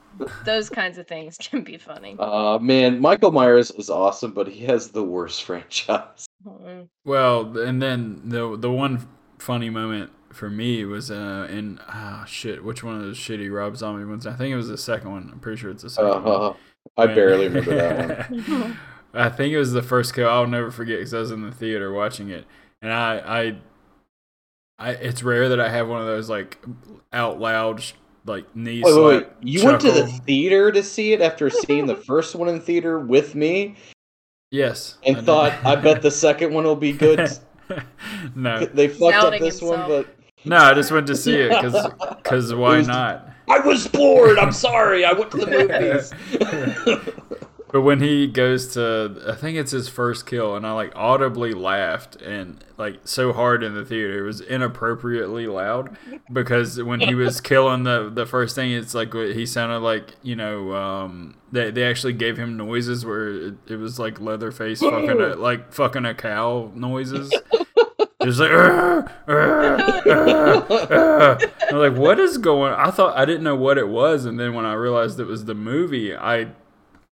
Speaker 3: those kinds of things can be funny.
Speaker 1: Uh, man, Michael Myers is awesome, but he has the worst franchise.
Speaker 3: Mm.
Speaker 2: Well, and then the the one funny moment for me was uh in ah shit, which one of those shitty Rob Zombie ones? I think it was the second one. I'm pretty sure it's the second one.
Speaker 1: Uh, I
Speaker 2: When-
Speaker 1: barely remember that one.
Speaker 3: one.
Speaker 2: I think it was the first kill. I'll never forget because I was in the theater watching it, and I I. I, it's rare that I have one of those like out loud sh- like knee
Speaker 1: Wait, wait, wait.
Speaker 2: slap
Speaker 1: You went to the
Speaker 2: chuckle.
Speaker 1: theater to see it after seeing the first one in theater with me
Speaker 2: yes
Speaker 1: and
Speaker 2: I did.
Speaker 1: thought, I bet the second one will be good.
Speaker 2: no,
Speaker 1: They fucked up
Speaker 3: Doubting
Speaker 1: this one,
Speaker 3: himself.
Speaker 1: but
Speaker 2: no, I just went to see it because why
Speaker 1: It was-
Speaker 2: not?
Speaker 1: I was bored. I'm sorry. I went to the movies.
Speaker 2: But when he goes to, I think it's his first kill, and I like audibly laughed and like so hard in the theater, it was inappropriately loud because when he was killing the the first thing, it's like he sounded like you know um, they they actually gave him noises where it, it was like Leatherface fucking a, like fucking a cow noises. It was like, "Arr, arr, arr, arr." I was like, what is going? I thought I didn't know what it was, and then when I realized it was the movie, I,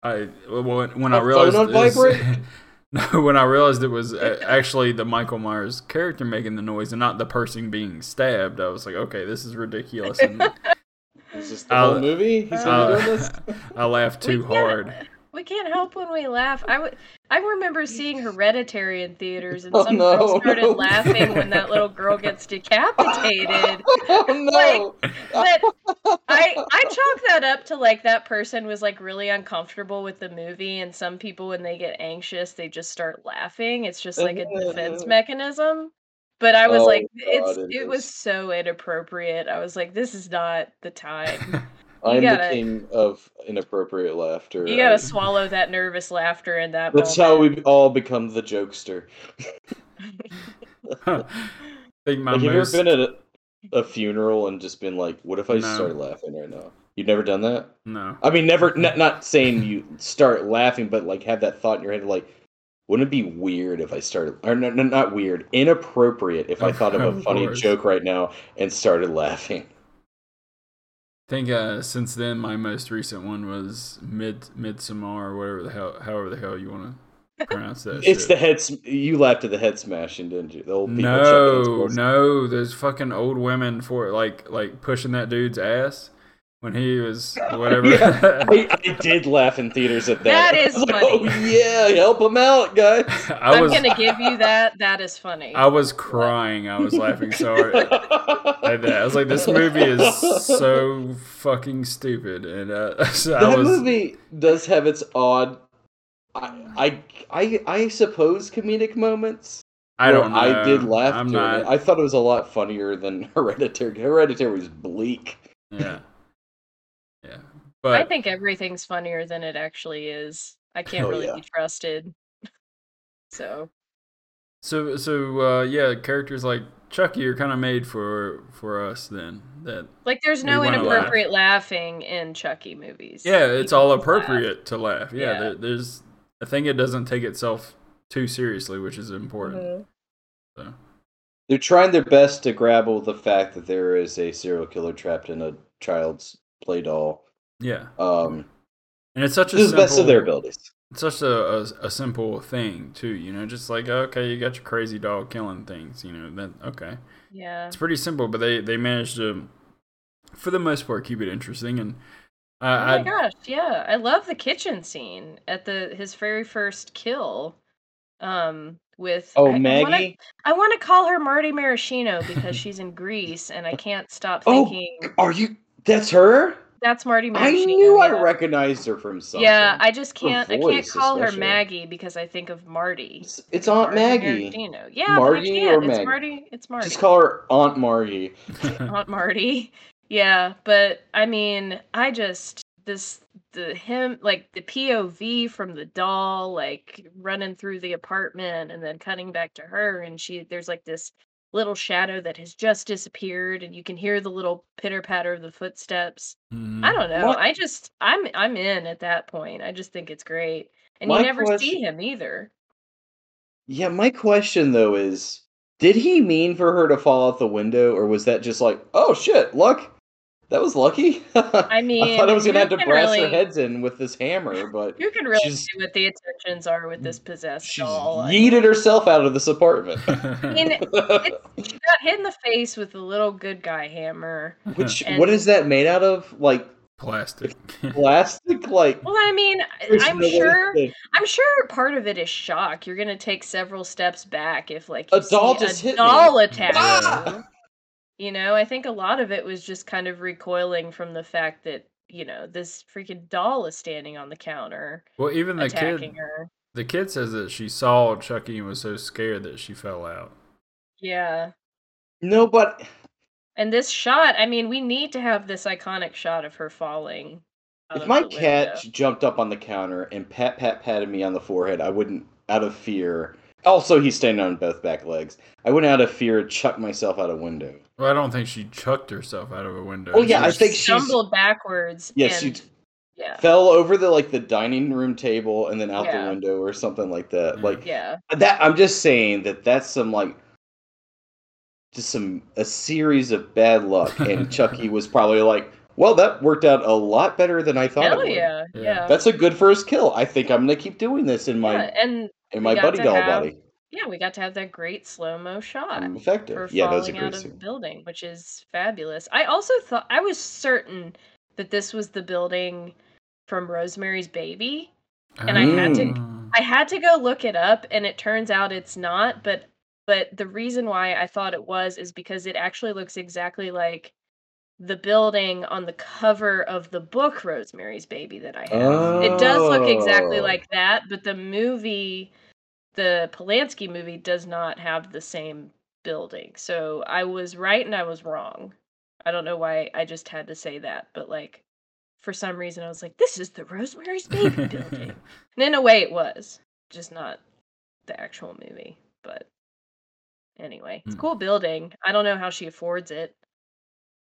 Speaker 2: I well, when, when
Speaker 1: My
Speaker 2: I
Speaker 1: phone
Speaker 2: realized
Speaker 1: on
Speaker 2: it was-
Speaker 1: vibrate?
Speaker 2: no, when I realized it was a- actually the Michael Myers character making the noise and not the person being stabbed, I was like, okay, this is ridiculous. And
Speaker 1: Is this the
Speaker 2: I'll-
Speaker 1: whole movie? He's gonna be doing
Speaker 2: uh,
Speaker 1: this.
Speaker 2: I laughed too
Speaker 3: We can't-
Speaker 2: hard.
Speaker 3: We can't help when we laugh. I w- I remember seeing Hereditary in theaters, and
Speaker 1: Oh,
Speaker 3: some
Speaker 1: no.
Speaker 3: girl started laughing when that little girl gets decapitated.
Speaker 1: Oh no!
Speaker 3: but I I chalk that up to like that person was like really uncomfortable with the movie, and some people when they get anxious they just start laughing. It's just like a defense
Speaker 1: Uh.
Speaker 3: mechanism. But I was
Speaker 1: Oh,
Speaker 3: like, it's
Speaker 1: God, it
Speaker 3: it, was
Speaker 1: is.
Speaker 3: so inappropriate. I was like, this is not the time.
Speaker 1: I'm
Speaker 3: gotta-
Speaker 1: the king of inappropriate laughter.
Speaker 3: You gotta
Speaker 1: I-
Speaker 3: swallow that nervous laughter in that.
Speaker 1: That's how
Speaker 3: moment.
Speaker 1: we all become the jokester.
Speaker 2: I think my
Speaker 1: like, have
Speaker 2: most
Speaker 1: you ever been at a, a funeral and just been like, "What if I
Speaker 2: No.
Speaker 1: start laughing right now?" You've never done that.
Speaker 2: no.
Speaker 1: I mean, never. N- not saying you start laughing, but like have that thought in your head, like, "Wouldn't it be weird if I started?" Or no, no, not weird, inappropriate if I thought of a
Speaker 2: Of
Speaker 1: funny
Speaker 2: course.
Speaker 1: joke right now and started laughing.
Speaker 2: think uh, since then my most recent one was Mid Midsommar, whatever the hell, however the hell you want to pronounce that.
Speaker 1: It's the
Speaker 2: shit.
Speaker 1: head. sm- You laughed at the head smashing, didn't you? The old people. chucking
Speaker 2: no,
Speaker 1: themselves.
Speaker 2: no, those fucking old women for like like pushing that dude's ass when he was whatever.
Speaker 1: Yeah. I, I did laugh in theaters at that.
Speaker 3: That is
Speaker 1: I was like,
Speaker 3: funny.
Speaker 1: Oh yeah, help him out, guys.
Speaker 2: I
Speaker 3: am
Speaker 2: was
Speaker 3: gonna give you that. That is funny.
Speaker 2: I was crying. I was laughing so hard. at that. I was like, this movie is so fucking stupid, and uh, so I
Speaker 1: That
Speaker 2: was.
Speaker 1: movie does have its odd. I, I I I suppose comedic moments.
Speaker 2: I
Speaker 1: where
Speaker 2: don't. Know.
Speaker 1: I did laugh
Speaker 2: I'm
Speaker 1: during
Speaker 2: not.
Speaker 1: it. I thought it was a lot funnier than Hereditary. Hereditary was bleak.
Speaker 2: yeah. Yeah.
Speaker 3: I
Speaker 2: But
Speaker 3: think everything's funnier than it actually is. I can't
Speaker 1: Hell
Speaker 3: really
Speaker 1: Oh, yeah.
Speaker 3: be trusted. So
Speaker 2: so so uh, yeah, characters like Chucky are kind of made for for us. Then that
Speaker 3: like there's
Speaker 2: We
Speaker 3: no
Speaker 2: wanna laugh.
Speaker 3: inappropriate laughing in Chucky movies.
Speaker 2: yeah, it's all
Speaker 3: People laugh.
Speaker 2: appropriate to laugh. Yeah,
Speaker 3: Yeah.
Speaker 2: There, there's. I think it doesn't take itself too seriously, which is important.
Speaker 1: Mm-hmm.
Speaker 3: Mhm.
Speaker 1: They're trying their best to grapple the fact that there is a serial killer trapped in a child's play doll.
Speaker 3: Mm-hmm.
Speaker 2: Yeah,
Speaker 1: Um,
Speaker 2: and it's such
Speaker 1: to
Speaker 2: a
Speaker 1: the
Speaker 2: simple,
Speaker 1: best of their abilities.
Speaker 2: it's such a, a, a simple thing too you know just like okay you got your crazy dog killing things you know then okay
Speaker 3: Yeah.
Speaker 2: it's pretty simple but they they managed to for the most part keep it interesting and
Speaker 3: Oh my
Speaker 2: i i
Speaker 3: gosh, yeah. I love the kitchen scene at the his very first kill. Um with I-
Speaker 1: Oh,
Speaker 3: I wanna-
Speaker 1: Maggie.
Speaker 3: I want to call her Marty Maraschino because she's in Greece and I can't stop
Speaker 1: Oh,
Speaker 3: thinking
Speaker 1: Are you? That's her.
Speaker 3: that's Marty
Speaker 1: I
Speaker 3: Maraschino.
Speaker 1: knew I
Speaker 3: yeah.
Speaker 1: recognized her from something.
Speaker 3: Yeah, I just can't. I can't
Speaker 1: voice,
Speaker 3: call her
Speaker 1: especially.
Speaker 3: Maggie because I think of Marty.
Speaker 1: It's, it's Aunt
Speaker 3: Marty
Speaker 1: Maggie.
Speaker 3: Maraschino. Yeah,
Speaker 1: Margie
Speaker 3: Marty but I
Speaker 1: or
Speaker 3: can't.
Speaker 1: Maggie?
Speaker 3: It's Marty. It's Marty.
Speaker 1: Just call her Aunt Margie.
Speaker 3: Aunt Marty. Yeah, but I mean, I just this the him like the POV from the doll like running through the apartment and then cutting back to her and she there's like this little shadow that has just disappeared and you can hear the little pitter patter of the footsteps.
Speaker 2: Mhm.
Speaker 1: Mm.
Speaker 3: I don't know.
Speaker 1: What-
Speaker 3: I just I'm I'm in at that point. I just think it's great. And
Speaker 1: My
Speaker 3: you never see
Speaker 1: question-
Speaker 3: him either.
Speaker 1: Yeah, my question though is, did he mean for her to fall out the window, or was that just like, oh shit, luck? That was lucky.
Speaker 3: I mean,
Speaker 1: thought I was gonna
Speaker 3: who
Speaker 1: have to
Speaker 3: can
Speaker 1: brass
Speaker 3: really-
Speaker 1: her heads in with this hammer, but
Speaker 3: You can really
Speaker 1: She's- Mm.
Speaker 3: see what the intentions are with this possessed
Speaker 1: she's
Speaker 3: doll. I-
Speaker 1: yeeted herself out of this apartment.
Speaker 3: I mean, she got hit in the face with the little good guy hammer.
Speaker 1: Which
Speaker 3: And-
Speaker 1: what is that made out of? Like
Speaker 2: plastic
Speaker 1: plastic? Like
Speaker 3: Well, I mean, I-
Speaker 1: there's
Speaker 3: I'm
Speaker 1: no way
Speaker 3: sure.
Speaker 1: that-
Speaker 3: I'm sure part of it is shock. You're gonna take several steps back if, like,
Speaker 1: A
Speaker 3: you see
Speaker 1: doll just hit me.
Speaker 3: doll attack.
Speaker 1: Ah!
Speaker 3: You You know, I think a lot of it was just kind of recoiling from the fact that you know this freaking doll is standing on the counter
Speaker 2: well even the
Speaker 3: attacking
Speaker 2: kid
Speaker 3: her.
Speaker 2: the kid says that she saw chucky and was so scared that she fell out
Speaker 3: Yeah.
Speaker 1: No, but
Speaker 3: And this shot, I mean, we need to have this iconic shot of her falling. out
Speaker 1: If
Speaker 3: of
Speaker 1: my
Speaker 3: Oh, the
Speaker 1: cat
Speaker 3: window.
Speaker 1: j- jumped up on the counter and pat pat patted me on the forehead, I wouldn't, out of fear. Also, he's standing on both back legs. I wouldn't, out of fear, chuck myself out a window.
Speaker 2: well i don't think she chucked herself out of a window
Speaker 1: Oh, yeah,
Speaker 2: She
Speaker 1: I
Speaker 2: was-
Speaker 1: think she's-
Speaker 3: stumbled backwards.
Speaker 1: Yeah,
Speaker 3: and,
Speaker 1: she t-
Speaker 3: yeah,
Speaker 1: fell over the like the dining room table and then out
Speaker 3: Yeah.
Speaker 1: the window or something like that.
Speaker 2: Yeah.
Speaker 1: Like
Speaker 3: yeah,
Speaker 1: that. I'm just saying that that's some like just some a series of bad luck, and Chucky was probably like, "Well, that worked out a lot better than I thought." it
Speaker 3: hell
Speaker 1: would.
Speaker 3: yeah,
Speaker 2: Yeah.
Speaker 3: yeah.
Speaker 1: That's a good first kill. I think I'm gonna keep doing this in my
Speaker 3: Yeah, and
Speaker 1: in
Speaker 3: we
Speaker 1: my
Speaker 3: got
Speaker 1: buddy
Speaker 3: to
Speaker 1: doll
Speaker 3: have-
Speaker 1: body.
Speaker 3: yeah, we got to have that great slow mo shot
Speaker 1: I'm
Speaker 3: for
Speaker 1: effective. Mm, Yeah, that was a
Speaker 3: falling out
Speaker 1: great
Speaker 3: of the
Speaker 1: scene.
Speaker 3: building, which is fabulous. I also thought I was certain that this was the building from Rosemary's Baby. and
Speaker 1: I had to-
Speaker 2: Mm.
Speaker 3: I had to go look it up, and it turns out it's not. But but the reason why I thought it was is because it actually looks exactly like the building on the cover of the book Rosemary's Baby that I have. It does look exactly
Speaker 1: Oh.
Speaker 3: like that, but the movie, the Polanski movie, does not have the same building. So I was right and I was wrong. I don't know why I just had to say that, but like for some reason I was like, this is the Rosemary's Baby building. And in a way, it was just not the actual movie. But anyway, it's a
Speaker 2: Hmm.
Speaker 3: cool building. I don't know how she affords it.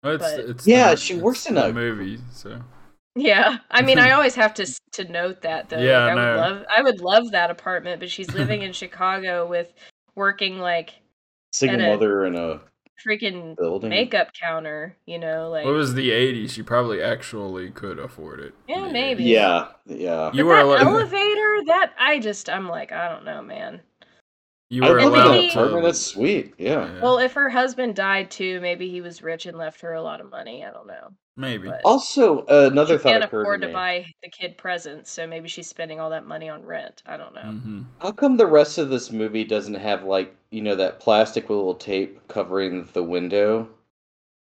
Speaker 2: Well, it's,
Speaker 3: But-
Speaker 2: it's
Speaker 1: Yeah,
Speaker 2: the-
Speaker 1: she
Speaker 2: it's
Speaker 1: works in
Speaker 2: the
Speaker 1: a-
Speaker 2: movie, so
Speaker 3: Yeah, I mean, I always have to s- to note that though.
Speaker 2: Yeah,
Speaker 3: like, I
Speaker 2: no.
Speaker 3: would love I would love that apartment, but she's living in Chicago with working like
Speaker 1: Single
Speaker 3: and a-
Speaker 1: mother and a
Speaker 3: freaking
Speaker 1: building.
Speaker 3: makeup counter, you know, like
Speaker 2: It was the 80s. You probably actually could afford it.
Speaker 3: Yeah,
Speaker 2: in the
Speaker 3: maybe.
Speaker 1: Yeah, yeah.
Speaker 2: You
Speaker 3: But
Speaker 2: were
Speaker 3: that
Speaker 2: allowed-
Speaker 3: elevator that I just I'm like I don't know, man.
Speaker 2: You
Speaker 1: I
Speaker 2: were
Speaker 1: live in
Speaker 2: allowed
Speaker 1: an
Speaker 3: maybe-
Speaker 2: to.
Speaker 1: apartment. That's sweet. Yeah.
Speaker 2: yeah,
Speaker 3: Well, if her husband died too, maybe he was rich and left her a lot of money. I don't know.
Speaker 2: maybe.
Speaker 3: but-
Speaker 1: Also, another
Speaker 3: she
Speaker 1: thought
Speaker 3: can't
Speaker 1: occurred
Speaker 3: afford
Speaker 1: to me.
Speaker 3: to buy the kid presents, so maybe she's spending all that money on rent. I don't know.
Speaker 2: hmm
Speaker 1: How come the rest of this movie doesn't have like you know that plastic with little tape covering the window?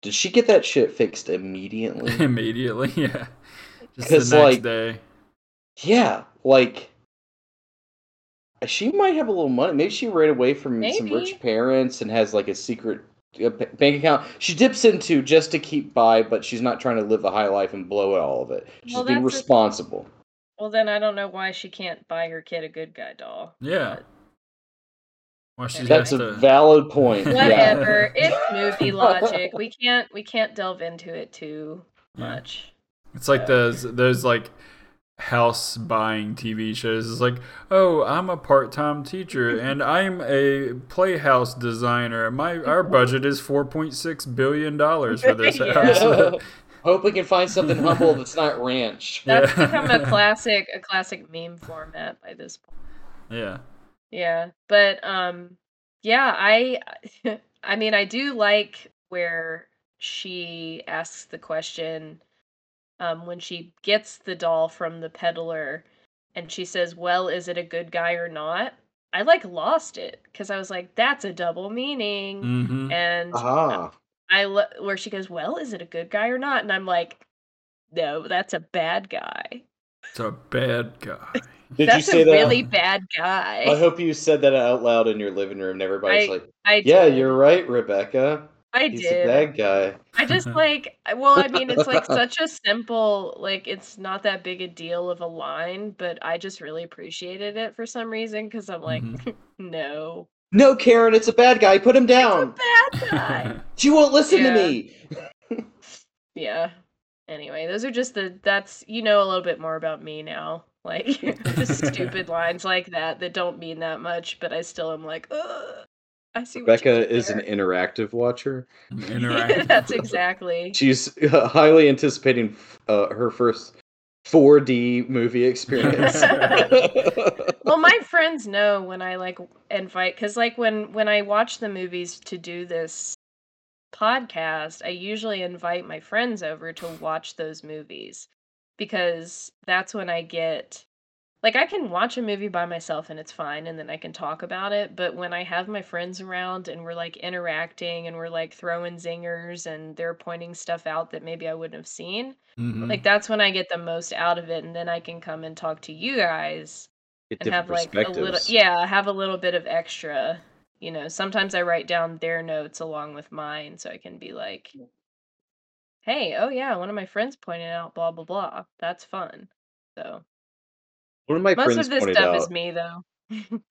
Speaker 1: Did she get that shit fixed immediately?
Speaker 2: Immediately, yeah. Just the
Speaker 1: 'Cause,
Speaker 2: next
Speaker 1: like-
Speaker 2: day.
Speaker 1: yeah, like she might have a little money. Maybe she ran away from some
Speaker 3: Maybe.
Speaker 1: rich parents and has like a secret uh, ba- bank account she dips into just to keep by, but she's not trying to live the high life and blow all of it. She's
Speaker 3: Well,
Speaker 1: being
Speaker 3: that's the-
Speaker 1: responsible.
Speaker 3: Well, then I don't know why she can't buy her kid a good guy doll.
Speaker 2: Yeah. Well, she's
Speaker 1: That's
Speaker 2: got
Speaker 1: a
Speaker 2: to-
Speaker 1: valid point. yeah.
Speaker 3: Whatever. It's movie logic. We can't we can't delve into it too
Speaker 2: Yeah.
Speaker 3: much.
Speaker 2: It's like those those like house buying TV shows. It's like, oh, I'm a part time teacher and I'm a playhouse designer. My our budget is four point six billion dollars for this
Speaker 3: Yeah.
Speaker 2: house.
Speaker 1: Hope we can find something humble that's not ranch.
Speaker 3: That's
Speaker 2: Yeah.
Speaker 3: become a classic a classic meme format by this point.
Speaker 2: yeah.
Speaker 3: Yeah. But um yeah, I I mean I do like where she asks the question um when she gets the doll from the peddler and she says, "Well, is it a good guy or not?" I like lost it cuz I was like, that's a double meaning.
Speaker 2: hmm
Speaker 3: And
Speaker 1: Uh-huh. Aha.
Speaker 3: I lo- where she goes, "Well, is it a good guy or not?" And I'm like, "No, that's a bad guy.
Speaker 2: It's a bad guy.
Speaker 1: Did
Speaker 3: that's
Speaker 1: you say
Speaker 3: a
Speaker 1: that?
Speaker 3: really bad guy."
Speaker 1: I hope you said that out loud in your living room and everybody's
Speaker 3: I
Speaker 1: like,
Speaker 3: I
Speaker 1: yeah,
Speaker 3: did.
Speaker 1: you're right, Rebecca.
Speaker 3: I
Speaker 1: He's
Speaker 3: did.
Speaker 1: a bad guy.
Speaker 3: I just like I- well, I mean, it's like such a simple, like it's not that big a deal of a line, but I just really appreciated it for some reason because I'm like,
Speaker 1: Mm-hmm.
Speaker 3: no,
Speaker 1: No, Karen, it's a bad guy. Put him down.
Speaker 3: it's a bad guy.
Speaker 1: She won't listen to
Speaker 3: Yeah.
Speaker 1: me.
Speaker 3: yeah. Anyway, those are just the that's you know a little bit more about me now. Like just stupid lines like that that don't mean that much, but I still am like, Ugh, I see. what you
Speaker 1: Rebecca
Speaker 3: did
Speaker 1: is an
Speaker 3: there."
Speaker 1: interactive watcher.
Speaker 2: Interactive.
Speaker 3: that's exactly.
Speaker 1: She's uh, highly anticipating uh, her first 4D movie experience.
Speaker 3: well my friends know when i like invite because like when when i watch the movies to do this podcast i usually invite my friends over to watch those movies because that's when i get like i can watch a movie by myself and it's fine and then i can talk about it but when i have my friends around and we're like interacting and we're like throwing zingers and they're pointing stuff out that maybe i wouldn't have seen
Speaker 2: Mhm.
Speaker 3: like that's when i get the most out of it and then i can come and talk to you guys
Speaker 1: Get
Speaker 3: and
Speaker 1: different
Speaker 3: have like a little
Speaker 1: perspectives.
Speaker 3: yeah have a little bit of extra you know sometimes i write down their notes along with mine so i can be like hey oh yeah one of my friends pointed out blah blah blah that's fun so
Speaker 1: One of my
Speaker 3: most
Speaker 1: friends
Speaker 3: of this
Speaker 1: pointed
Speaker 3: stuff
Speaker 1: out.
Speaker 3: is me though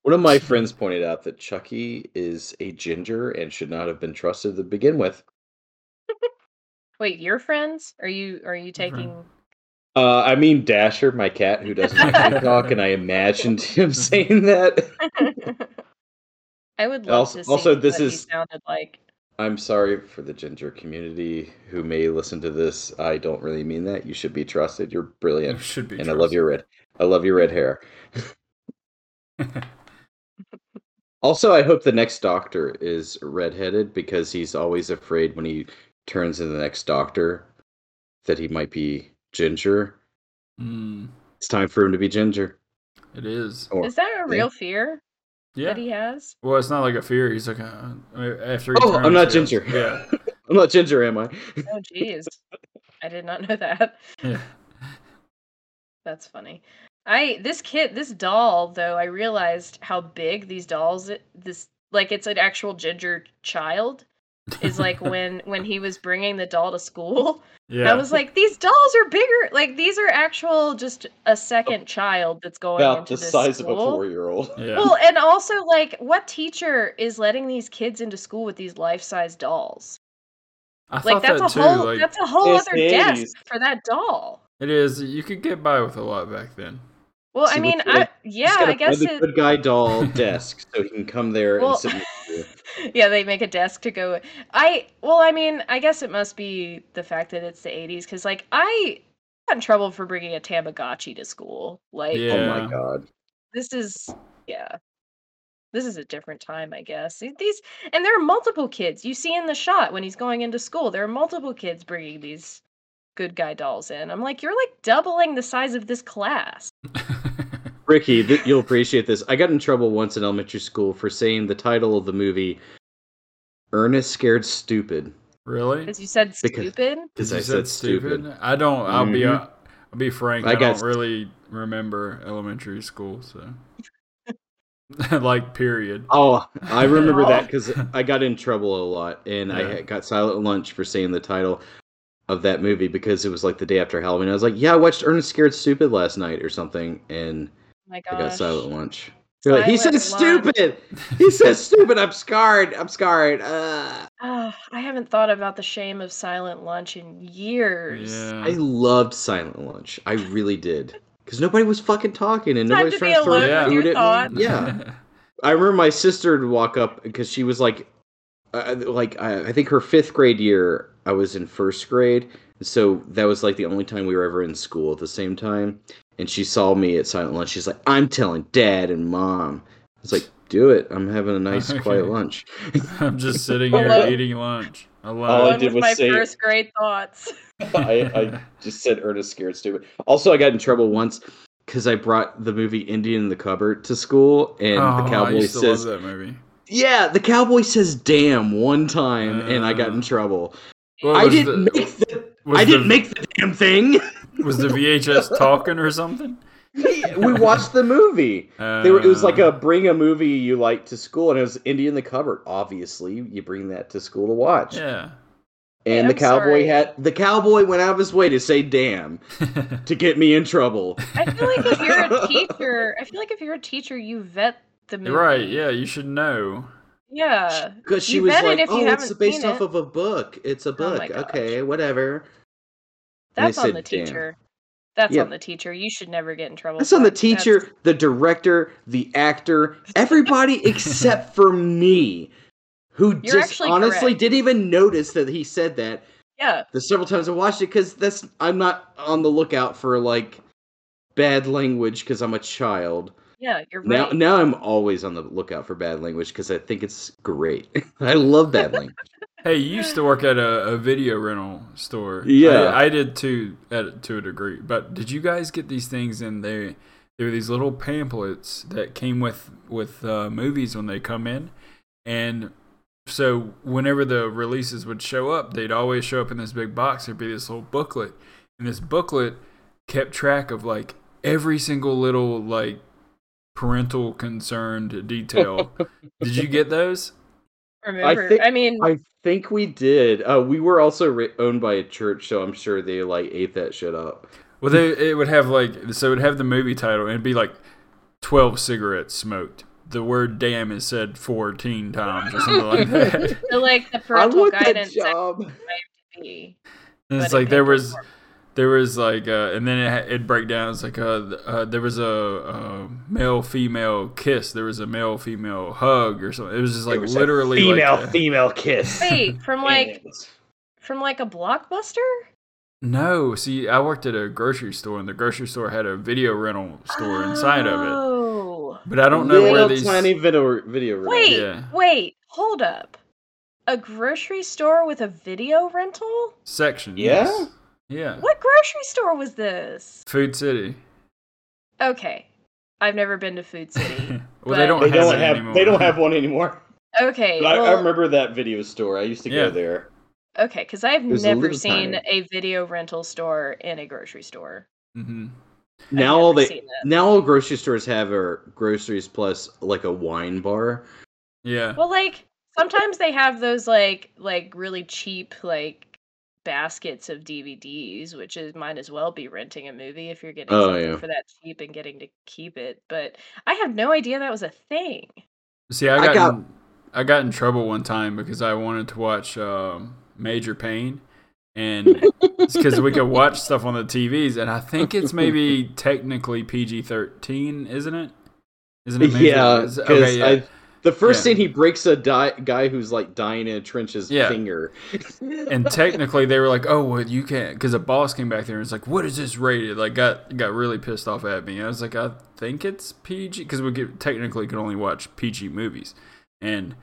Speaker 1: One of my friends pointed out that Chucky is a ginger and should not have been trusted to begin with.
Speaker 3: wait your friends are you are you
Speaker 2: Different.
Speaker 1: Mm-hmm.
Speaker 3: taking
Speaker 1: Uh, I mean Dasher, my cat, who doesn't actually talk, and I imagined him saying that.
Speaker 3: i would love
Speaker 1: Also-
Speaker 3: to see
Speaker 1: also, this
Speaker 3: what he
Speaker 1: is-
Speaker 3: sounded like
Speaker 1: I'm sorry for the ginger community who may listen to this. I don't really mean that. You should be trusted. You're
Speaker 2: You
Speaker 1: brilliant,
Speaker 2: should be.
Speaker 1: and I love your red. I love your red hair.
Speaker 2: trusted.
Speaker 1: Also, I hope the next Doctor is redheaded because he's always afraid when he turns into the next Doctor that he might be ginger.
Speaker 2: Mm,
Speaker 1: It's time for him to be ginger.
Speaker 2: it is.
Speaker 1: Or
Speaker 3: is that a real fear
Speaker 2: Yeah.
Speaker 3: that he has
Speaker 2: Well, it's not like a fear. He's like, uh, after. he
Speaker 1: Oh, I'm not
Speaker 2: turns, he goes-
Speaker 1: ginger.
Speaker 2: Yeah.
Speaker 1: I'm not ginger, am I?
Speaker 3: oh jeez i did not know that
Speaker 2: Yeah.
Speaker 3: That's funny. I this kid this doll though I realized how big these dolls i- this like it's an actual ginger child is like when when he was bringing the doll to school
Speaker 2: Yeah.
Speaker 3: I was like these dolls are bigger like these are actual just a second child that's going
Speaker 1: Oh. About
Speaker 3: into
Speaker 1: the
Speaker 3: this
Speaker 1: size
Speaker 3: school.
Speaker 1: of a four-year-old.
Speaker 2: yeah.
Speaker 3: Well, and also like what teacher is letting these kids into school with these life-size dolls?
Speaker 2: I
Speaker 3: Like
Speaker 2: thought
Speaker 3: that's a
Speaker 2: that too.
Speaker 3: whole
Speaker 2: like
Speaker 3: that's a whole
Speaker 1: It's
Speaker 3: other
Speaker 1: the
Speaker 3: desk
Speaker 1: 80s.
Speaker 3: for that doll.
Speaker 2: it is. You could get by with a lot back then.
Speaker 3: Well,
Speaker 1: See,
Speaker 3: I
Speaker 1: we
Speaker 3: mean,
Speaker 1: feel
Speaker 3: I
Speaker 1: like
Speaker 3: yeah,
Speaker 1: He's gotta
Speaker 3: I guess
Speaker 1: find the
Speaker 3: it
Speaker 1: good guy doll desk so he can come there
Speaker 3: Well-
Speaker 1: and submit. to you.
Speaker 3: yeah, they make a desk to go. I well, I mean, I guess it must be the fact that it's the '80s because, like, I got in trouble for bringing a Tamagotchi to school. Like,
Speaker 2: Yeah.
Speaker 1: Oh my god.
Speaker 3: this is yeah, this is a different time, I guess. Th- These and there are multiple kids. You see in the shot when he's going into school, there are multiple kids bringing these good guy dolls in. I'm like, you're like doubling the size of this class.
Speaker 1: Ricky, th- you'll appreciate this. I got in trouble once in elementary school for saying the title of the movie Ernest Scared Stupid.
Speaker 2: really?
Speaker 3: Because you said
Speaker 1: Because-
Speaker 3: stupid. Oh
Speaker 1: Because
Speaker 2: You
Speaker 1: I said stupid.
Speaker 2: I don't. I'll be.
Speaker 1: Mhm.
Speaker 2: Uh, I'll be frank.
Speaker 1: I
Speaker 2: I,
Speaker 1: got
Speaker 2: don't really remember elementary school. So, like, period.
Speaker 1: Oh, I remember
Speaker 3: Oh.
Speaker 1: that because I got in trouble a lot, and I
Speaker 2: Yeah.
Speaker 1: had- got silent lunch for saying the title of that movie because it was like the day after Halloween. I was like, "Yeah, I watched Ernest Scared Stupid last night or something," and
Speaker 3: Oh my
Speaker 1: I got
Speaker 3: gosh.
Speaker 1: silent lunch. They're like, he
Speaker 3: Silent
Speaker 1: says
Speaker 3: lunch.
Speaker 1: stupid. He says stupid. I'm scarred. I'm scarred. Uh.
Speaker 3: Ah, I haven't thought about the shame of silent lunch in years.
Speaker 1: I
Speaker 2: yeah.
Speaker 1: loved silent lunch. I really did because nobody was fucking talking and
Speaker 3: Time
Speaker 1: nobody's
Speaker 3: to
Speaker 1: trying
Speaker 3: be
Speaker 1: to throw
Speaker 2: alone with
Speaker 1: food
Speaker 3: your
Speaker 1: at
Speaker 3: thoughts.
Speaker 1: me. Yeah. I remember my sister would walk up because she was like, uh, like I, I think her fifth grade year, I was in first grade, so that was like the only time we were ever in school at the same time. And she saw me at silent lunch. She's like, "I'm telling dad and mom." I was like, "Do it. I'm having a nice, quiet
Speaker 2: Okay.
Speaker 1: lunch."
Speaker 2: I'm just sitting here
Speaker 3: Hello.
Speaker 2: eating lunch. I
Speaker 1: All Oh, I
Speaker 2: love.
Speaker 3: One
Speaker 1: did
Speaker 3: was
Speaker 1: was
Speaker 3: my
Speaker 1: say-
Speaker 3: first grade thoughts.
Speaker 1: I, I just said Ernest Scared Stupid. Also, I got in trouble once because I brought the movie Indian in the Cupboard to school, and
Speaker 2: oh,
Speaker 1: the
Speaker 2: I
Speaker 1: cowboy
Speaker 2: used to
Speaker 1: says,
Speaker 2: love that movie.
Speaker 1: "Yeah, the cowboy says damn one time," and I got in
Speaker 2: Uh,
Speaker 1: trouble.
Speaker 2: What
Speaker 1: I
Speaker 2: was
Speaker 1: didn't
Speaker 2: the-
Speaker 1: make the
Speaker 2: was
Speaker 1: I
Speaker 2: the-
Speaker 1: didn't make the damn thing.
Speaker 2: Was the VHS talking or something?
Speaker 1: we watched the movie. They were, it was like
Speaker 2: Uh,
Speaker 1: a bring a movie you like to school, and it was Indian in the Cupboard. Obviously, you bring that to school to watch.
Speaker 2: Yeah.
Speaker 1: And the
Speaker 3: I'm
Speaker 1: cowboy
Speaker 3: sorry.
Speaker 1: had the cowboy went out of his way to say "damn" to get me in trouble.
Speaker 3: I feel like if you're a teacher, I feel like if you're a teacher, you vet the movie.
Speaker 2: right. Yeah. You should know.
Speaker 3: Yeah.
Speaker 1: Because she
Speaker 3: Uh, You
Speaker 1: was
Speaker 3: read it
Speaker 1: like,
Speaker 3: if you
Speaker 1: "Oh, it's
Speaker 3: haven't
Speaker 1: based
Speaker 3: seen
Speaker 1: off
Speaker 3: it." Oh
Speaker 1: of a book. It's a
Speaker 3: my
Speaker 1: book.
Speaker 3: gosh.
Speaker 1: okay, whatever." And they
Speaker 3: That's on
Speaker 1: said,
Speaker 3: the
Speaker 1: "Damn."
Speaker 3: teacher. That's
Speaker 1: Yeah.
Speaker 3: on the teacher. You should never get in trouble.
Speaker 1: That's
Speaker 3: for
Speaker 1: on the
Speaker 3: it. That's-
Speaker 1: teacher, the director, the actor, everybody except for me, who just
Speaker 3: actually
Speaker 1: honestly
Speaker 3: correct.
Speaker 1: didn't even notice that he said that.
Speaker 3: Yeah.
Speaker 1: The several times I watched it because that's I'm not on the lookout for like bad language because I'm a child.
Speaker 3: Yeah. You're right.
Speaker 1: Now, now I'm always on the lookout for bad language because I think it's great. I love bad language.
Speaker 2: Hey, you used to work at a, a video rental store.
Speaker 1: Yeah.
Speaker 2: I, I did too, at, to a degree. But did you guys get these things? And they there were these little pamphlets that came with with uh, movies when they come in, and so whenever the releases would show up, they'd always show up in this big box. There'd be this little booklet, and this booklet kept track of like every single little like parental concerned detail. did you get those?
Speaker 3: Remember. I,
Speaker 1: think-
Speaker 3: mean,
Speaker 1: I think we did. Uh, we were also ri owned by a church, so I'm sure they like ate that shit up.
Speaker 2: Well, they, it would have like so it would have the movie title and it'd be like twelve cigarettes smoked. The word "damn" is said fourteen times or something like that. And
Speaker 3: so, like the
Speaker 1: I
Speaker 3: parental
Speaker 1: want that
Speaker 3: guidance. that
Speaker 1: job.
Speaker 3: could be,
Speaker 2: it's
Speaker 3: but it
Speaker 2: like there
Speaker 3: paid for
Speaker 2: was
Speaker 3: it.
Speaker 2: there was like uh, and then it ha- it'd break down. It's like uh, th- uh there was a, a male female kiss. There was a male female hug or something. It was just like literally like, a-
Speaker 1: female kiss.
Speaker 3: Wait, from like from like a blockbuster.
Speaker 2: no. See, I worked at a grocery store and the grocery store had a video rental store inside of it.
Speaker 3: Oh.
Speaker 2: But I don't know
Speaker 1: Little
Speaker 2: where these
Speaker 1: tiny video video room.
Speaker 3: Wait.
Speaker 2: Yeah.
Speaker 3: Wait. Hold up. A grocery store with a video rental?
Speaker 2: section.
Speaker 1: Yeah?
Speaker 2: yes.
Speaker 1: Uh.
Speaker 2: Yeah.
Speaker 3: What grocery store was this?
Speaker 2: Food City.
Speaker 3: Okay. I've never been to Food City.
Speaker 2: well, they
Speaker 3: But-
Speaker 2: don't
Speaker 1: They
Speaker 2: have
Speaker 1: don't
Speaker 2: it
Speaker 1: have
Speaker 2: anymore.
Speaker 1: they don't have one anymore.
Speaker 3: Okay.
Speaker 1: But I, I
Speaker 3: well-
Speaker 1: remember that video store. I used to
Speaker 2: Yeah.
Speaker 1: go there.
Speaker 3: Okay, because I've
Speaker 1: was a
Speaker 3: never
Speaker 1: little
Speaker 3: seen
Speaker 1: tiny.
Speaker 3: a video rental store in a grocery store.
Speaker 2: hmm
Speaker 3: I've
Speaker 1: Now all
Speaker 3: never
Speaker 1: they
Speaker 3: seen that.
Speaker 1: now all grocery stores have are groceries plus like a wine bar.
Speaker 2: Yeah.
Speaker 3: Well, like sometimes they have those like like really cheap like baskets of DVDs, which is might as well be renting a movie if you're getting
Speaker 1: Oh,
Speaker 3: something
Speaker 1: yeah.
Speaker 3: for that cheap and getting to keep it. But I have no idea that was a thing.
Speaker 2: See, I
Speaker 1: I
Speaker 2: got,
Speaker 1: got-
Speaker 2: in, I got in trouble one time because I wanted to watch um, Major Pain, and it's because we could watch stuff on the TVs, and I think it's maybe technically PG thirteen, isn't it? Isn't it? Major?
Speaker 1: Yeah,
Speaker 2: Is-
Speaker 1: because
Speaker 2: okay, yeah.
Speaker 1: I The first
Speaker 2: Yeah.
Speaker 1: scene, he breaks a di- guy who's like dying in a trench's
Speaker 2: Yeah.
Speaker 1: finger.
Speaker 2: and technically they were like, "Oh, well, you can't," because a boss came back there and was like, "What is this rated?" Like, got got really pissed off at me. I was like, "I think it's PG," because we could, technically could only watch PG movies, and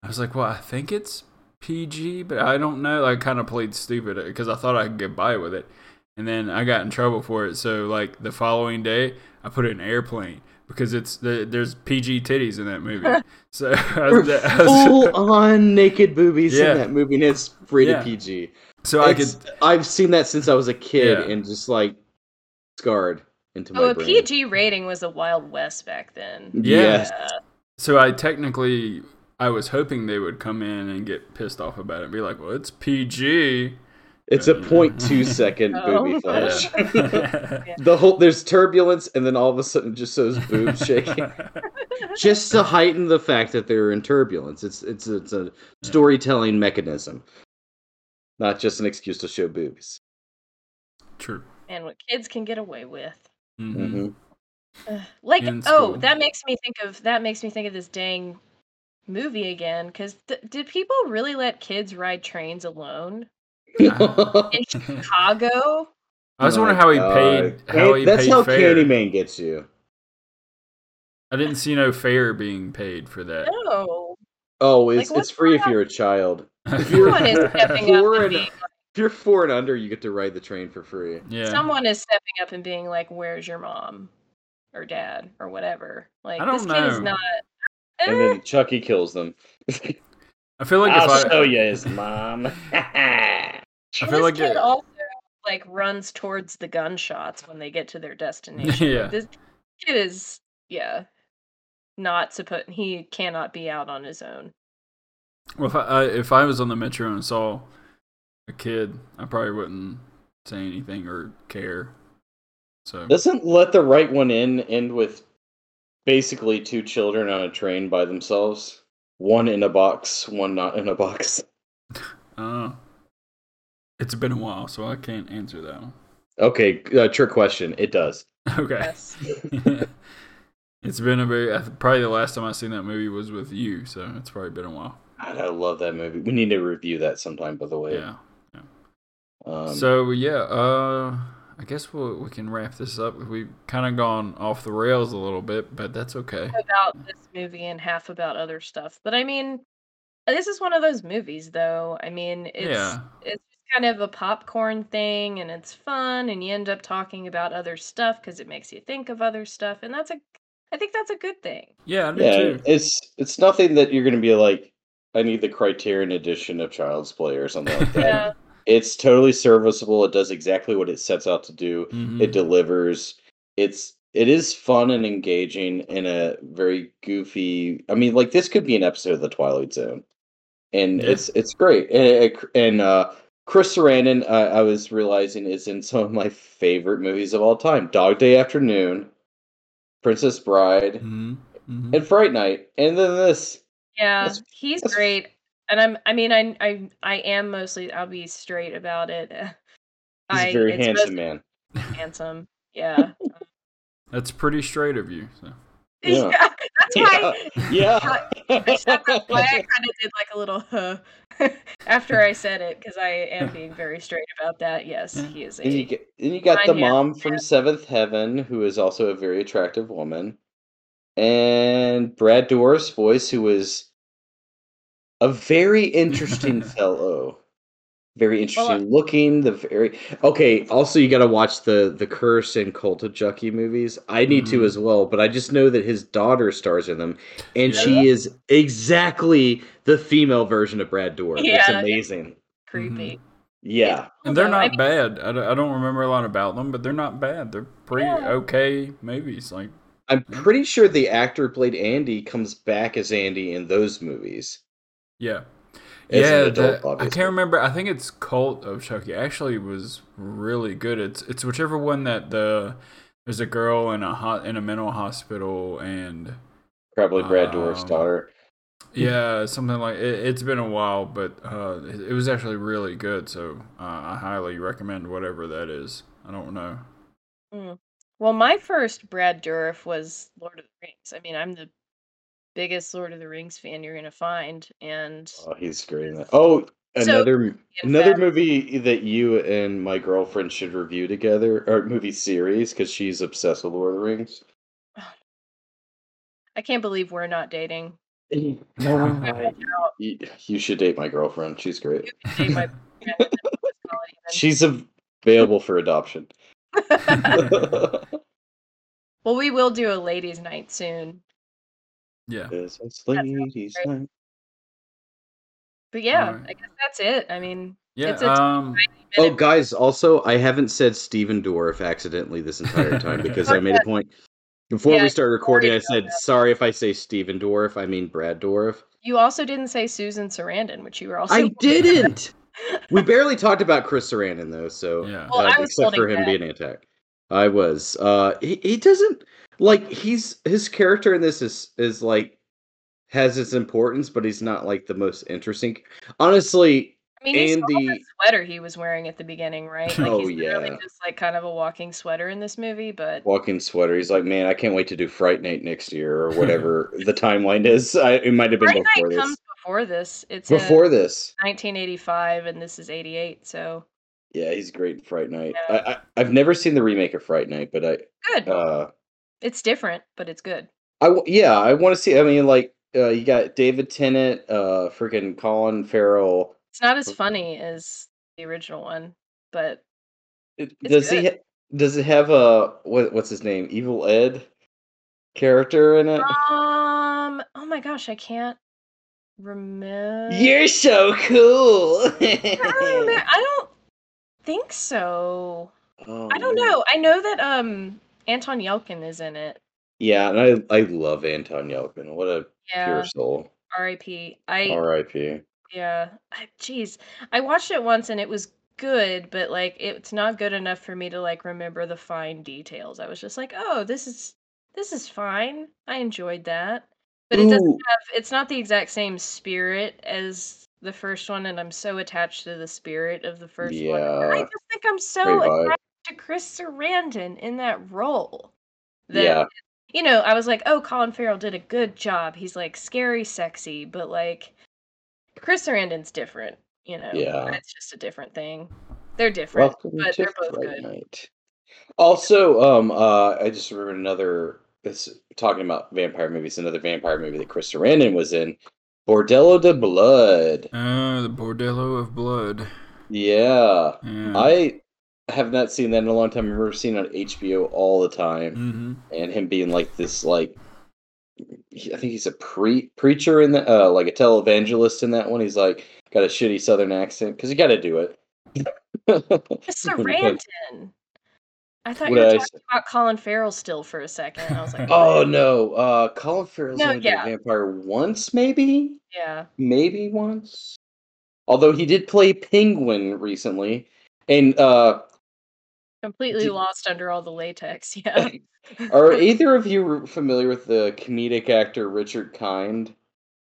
Speaker 2: I was like, "Well, I think it's PG, but I don't know." I kind of played stupid because I thought I could get by with it, and then I got in trouble for it. So like the following day, I put it in airplane because it's the, there's PG titties in that movie. So I was, I was-
Speaker 1: Full on naked boobies
Speaker 2: Yeah.
Speaker 1: in that movie, and it's rated
Speaker 2: Yeah.
Speaker 1: PG.
Speaker 2: so I could
Speaker 1: It's- I've seen that since I was a kid,
Speaker 2: Yeah.
Speaker 1: and just like scarred into my
Speaker 3: Oh, a
Speaker 1: brain.
Speaker 3: PG rating was the Wild West back then.
Speaker 2: Yeah.
Speaker 1: Yes.
Speaker 2: So I technically I was hoping they would come in and get pissed off about it and be like, "Well, it's PG."
Speaker 1: It's a 0.2 second
Speaker 3: Oh
Speaker 1: booby
Speaker 3: my
Speaker 1: flash.
Speaker 2: Yeah.
Speaker 1: The whole there's turbulence, and then all of a sudden, it just those boobs shaking, just to heighten the fact that they're in turbulence. It's it's it's a storytelling mechanism, not just an excuse to show boobs.
Speaker 2: True.
Speaker 3: And what kids can get away with.
Speaker 2: hmm
Speaker 1: Mhm.
Speaker 3: Ugh. like
Speaker 2: In school.
Speaker 3: oh that makes me think of that makes me think of this dang movie again because th- did people really let kids ride trains alone
Speaker 1: Mm-hmm.
Speaker 3: in chicago
Speaker 2: I was
Speaker 1: My
Speaker 2: wondering how he
Speaker 1: God.
Speaker 2: paid. How
Speaker 1: Uh, Hey,
Speaker 2: he
Speaker 1: that's
Speaker 2: paid
Speaker 1: how
Speaker 2: fair.
Speaker 1: Candyman gets you.
Speaker 2: I didn't see no fare being paid for that.
Speaker 3: no
Speaker 1: Oh, it's
Speaker 3: Like,
Speaker 1: it's
Speaker 3: what's
Speaker 1: free if
Speaker 3: wrong?
Speaker 1: you're a child. you're-
Speaker 3: someone is stepping up
Speaker 1: Foreign-
Speaker 3: and being,
Speaker 1: If you're four and under, you get to ride the train for free.
Speaker 2: yeah.
Speaker 3: someone is stepping up and being like where's your mom or dad or whatever like
Speaker 2: I don't
Speaker 3: this kid is
Speaker 2: know.
Speaker 3: not
Speaker 1: And
Speaker 3: Eh,
Speaker 1: then Chucky kills them.
Speaker 2: I feel like if I,
Speaker 1: you his mom.
Speaker 2: I feel
Speaker 3: and this
Speaker 2: like
Speaker 3: kid
Speaker 2: it-
Speaker 3: also like runs towards the gunshots when they get to their destination. Like,
Speaker 2: Yeah.
Speaker 3: this kid is yeah not supposed. He cannot be out on his own.
Speaker 2: well, if I, I if I was on the metro and saw a kid, I probably wouldn't say anything or care. So
Speaker 1: Doesn't let the right one in end with basically two children on a train by themselves. One in a box, one not in a box.
Speaker 2: Uh,
Speaker 3: Oh.
Speaker 2: it's been a while, so I can't answer that one.
Speaker 1: Okay, uh, trick question. It does.
Speaker 2: Okay.
Speaker 3: Yes.
Speaker 2: it's been a very, I th- probably the last time I seen that movie was with you, so it's probably been a while.
Speaker 1: God, I love that movie. We need to review that sometime, by the way.
Speaker 2: Yeah.
Speaker 1: Um,
Speaker 2: so, yeah, uh, I guess we'll, we can wrap this up. We've kind of gone off the rails a little bit, but that's okay.
Speaker 3: about this movie and half about other stuff. But I mean, this is one of those movies, though. I mean, it's
Speaker 2: Yeah.
Speaker 3: it's just kind of a popcorn thing, and it's fun, and you end up talking about other stuff because it makes you think of other stuff, and that's a I think that's a good thing.
Speaker 2: Yeah, I do
Speaker 1: yeah,
Speaker 2: too.
Speaker 1: it's it's nothing that you're gonna be like, I need the Criterion edition of Child's Play or something like that.
Speaker 3: Yeah.
Speaker 1: it's totally serviceable. It does exactly what it sets out to do.
Speaker 2: Mhm.
Speaker 3: Mm.
Speaker 1: It delivers. It's it is fun and engaging in a very goofy. I mean, like this could be an episode of The Twilight Zone, and
Speaker 2: Yeah.
Speaker 1: it's it's great. And it- and uh, Chris Sarandon, I, I was realizing, is in some of my favorite movies of all time: Dog Day Afternoon, Princess Bride,
Speaker 3: Mm-hmm.
Speaker 2: Mhm. Mhm.
Speaker 1: and Fright Night, and then this.
Speaker 3: Yeah,
Speaker 1: That's-
Speaker 3: he's
Speaker 1: that's-
Speaker 3: great. And I'm I mean I I I am mostly I'll be straight about it. eh,
Speaker 1: He's
Speaker 3: I-
Speaker 1: a very
Speaker 3: it's
Speaker 1: handsome man.
Speaker 3: mostly handsome. Yeah.
Speaker 2: That's pretty straight of you. So.
Speaker 1: Yeah.
Speaker 3: That's why
Speaker 1: Yeah.
Speaker 3: that's why I kind of did like a little huh after I said it because I am being very straight about that. Yes,
Speaker 2: Yeah.
Speaker 3: he is
Speaker 1: And you,
Speaker 3: a
Speaker 1: get, and you got the
Speaker 3: Fine, yeah.
Speaker 1: mom from Seventh Heaven, who is also a very attractive woman, and Brad Dourif's voice, who is a very interesting fellow, very interesting looking. The very okay. Also, you got to watch the the Curse and Cult of Chucky movies. I need
Speaker 2: Mhm.
Speaker 1: to as well, but I just know that his daughter stars in them, and
Speaker 2: Yeah.
Speaker 1: she is exactly the female version of Brad Dourif. it's
Speaker 3: Yeah.
Speaker 1: amazing.
Speaker 3: creepy.
Speaker 1: Mm-hmm. Yeah,
Speaker 2: And they're
Speaker 3: Although, I
Speaker 2: not bad. I don't, I don't remember a lot about them, but they're not bad. They're pretty
Speaker 3: Yeah.
Speaker 2: okay movies. Like,
Speaker 1: I'm pretty sure the actor who played Andy comes back as Andy in those movies.
Speaker 2: Yeah.
Speaker 1: As an
Speaker 2: yeah,
Speaker 1: adult,
Speaker 2: that- I
Speaker 1: obviously.
Speaker 2: can't remember. I think it's Cult of Chucky. Actually, was really good. It's it's whichever one that the there's a girl in a hot in a mental hospital and
Speaker 1: Probably Brad Dourif's
Speaker 2: Um,
Speaker 1: daughter.
Speaker 2: yeah something like it, it's been a while, but uh, it, it was actually really good. So uh, I highly recommend whatever that is. I don't know.
Speaker 3: Mm. Well, my first Brad Dourif was Lord of the Rings. I mean, I'm the biggest Lord of the Rings fan you're gonna find, and
Speaker 1: Oh, he's screaming. Oh,
Speaker 3: So-
Speaker 1: another
Speaker 3: in
Speaker 1: another
Speaker 3: fact-
Speaker 1: movie that you and my girlfriend should review together, or movie series, because she's obsessed with Lord of the Rings.
Speaker 3: I can't believe we're not dating.
Speaker 1: Y- you, should date my girlfriend. She's great.
Speaker 3: Date my-
Speaker 1: She's available for adoption.
Speaker 3: well, we will do a ladies' night soon,
Speaker 2: yeah.
Speaker 1: This is ladies'
Speaker 3: great.
Speaker 1: night.
Speaker 3: but yeah,
Speaker 2: Alright.
Speaker 3: I guess that's it. I mean,
Speaker 2: Yeah.
Speaker 3: It's a-
Speaker 2: um,
Speaker 1: Oh, guys! Also, I haven't said Steven Dorff accidentally this entire time because I made a point before
Speaker 3: Yeah,
Speaker 1: we started recording. I
Speaker 3: about
Speaker 1: said, "Sorry if I say Steven Dorff. I mean Brad Dorff."
Speaker 3: you also didn't say Susan Sarandon, which you were also.
Speaker 1: I didn't. we barely talked about Chris Sarandon though, so
Speaker 2: yeah.
Speaker 3: Well, I was
Speaker 1: except for
Speaker 3: holding
Speaker 1: him
Speaker 3: back.
Speaker 1: being anti. I was. Uh, he he doesn't like he's his character in this is is like has its importance, but he's not like the most interesting. Honestly,
Speaker 3: I mean, you saw the
Speaker 1: Andy-
Speaker 3: sweater he was wearing at the beginning, right? Like,
Speaker 1: Oh,
Speaker 3: he's literally
Speaker 1: yeah.
Speaker 3: just like kind of a walking sweater in this movie, but
Speaker 1: walking sweater. He's like, man, I can't wait to do Fright Night next year or whatever the timeline is. I, it might have been
Speaker 3: Fright
Speaker 1: before
Speaker 3: Night
Speaker 1: this.
Speaker 3: comes before this. It's in
Speaker 1: Before this,
Speaker 3: 1985, and this is 88, so
Speaker 1: yeah, he's great in Fright Night.
Speaker 3: Yeah.
Speaker 1: I, I I've never seen the remake of Fright Night, but
Speaker 3: good.
Speaker 1: I uh
Speaker 3: it's different, but it's good.
Speaker 1: I w- yeah, I want to see. I mean, like uh, you got David Tennant, uh, freaking Colin Farrell.
Speaker 3: It's not as
Speaker 1: Okay.
Speaker 3: funny as the original one, but
Speaker 1: It-
Speaker 3: It's
Speaker 1: does he?
Speaker 3: good.
Speaker 1: Ha- does it have a what? What's his name? Evil Ed character in it?
Speaker 3: Uh, um, oh my gosh, I can't remember.
Speaker 1: You're so cool.
Speaker 3: I don't, remember. I don't think so.
Speaker 1: Oh,
Speaker 3: I don't
Speaker 1: man.
Speaker 3: know. I know that um Anton Yelkin is in it.
Speaker 1: Yeah, and I I love Anton Yelkin. What a
Speaker 3: Yeah,
Speaker 1: pure soul.
Speaker 3: R.I.P. I
Speaker 1: R.I.P.
Speaker 3: yeah. I, jeez, I watched it once and it was good, but like it's not good enough for me to like remember the fine details. I was just like, oh, this is this is fine. I enjoyed that, but it doesn't.
Speaker 1: Ooh,
Speaker 3: have- it's not the exact same spirit as the first one, and I'm so attached to the spirit of the first one. And I
Speaker 1: Yeah.
Speaker 3: just think I'm
Speaker 1: Great
Speaker 3: so
Speaker 1: vibe.
Speaker 3: attached to Chris Sarandon in that role. That,
Speaker 1: Yeah.
Speaker 3: You know, I was like, oh, Colin Farrell did a good job. He's like scary, sexy, but like Chris Sarandon's different. You know,
Speaker 1: Yeah.
Speaker 3: it's just a different thing. They're different.
Speaker 1: Welcome
Speaker 3: but
Speaker 1: to
Speaker 3: they're both
Speaker 1: Fright
Speaker 3: good.
Speaker 1: Night. Also, um, uh, I just remembered another. It's talking about vampire movies. Another vampire movie that Chris Sarandon was in, Bordello de Blood.
Speaker 2: Uh, the Bordello of Blood.
Speaker 1: Yeah,
Speaker 2: Yeah.
Speaker 1: I have not seen that in a long time. I've remember seeing it on HBO all the time,
Speaker 2: Mm-hmm.
Speaker 1: and him being like this, like he- I think he's a pre preacher in the uh, like a televangelist in that one. He's like got a shitty Southern accent because you got to do it.
Speaker 3: Chris
Speaker 1: Because-
Speaker 3: Sarandon. I thought
Speaker 1: What
Speaker 3: you were
Speaker 1: did I
Speaker 3: talking about Colin Farrell still for a second. and I was like,
Speaker 1: Oh no, uh Colin Farrell's
Speaker 3: No,
Speaker 1: only been
Speaker 3: yeah.
Speaker 1: a vampire once, maybe?
Speaker 3: yeah.
Speaker 1: Maybe once. Although he did play Penguin recently. And uh
Speaker 3: completely
Speaker 1: Did-
Speaker 3: lost under all the latex. Yeah.
Speaker 1: are either of you familiar with the comedic actor Richard Kind?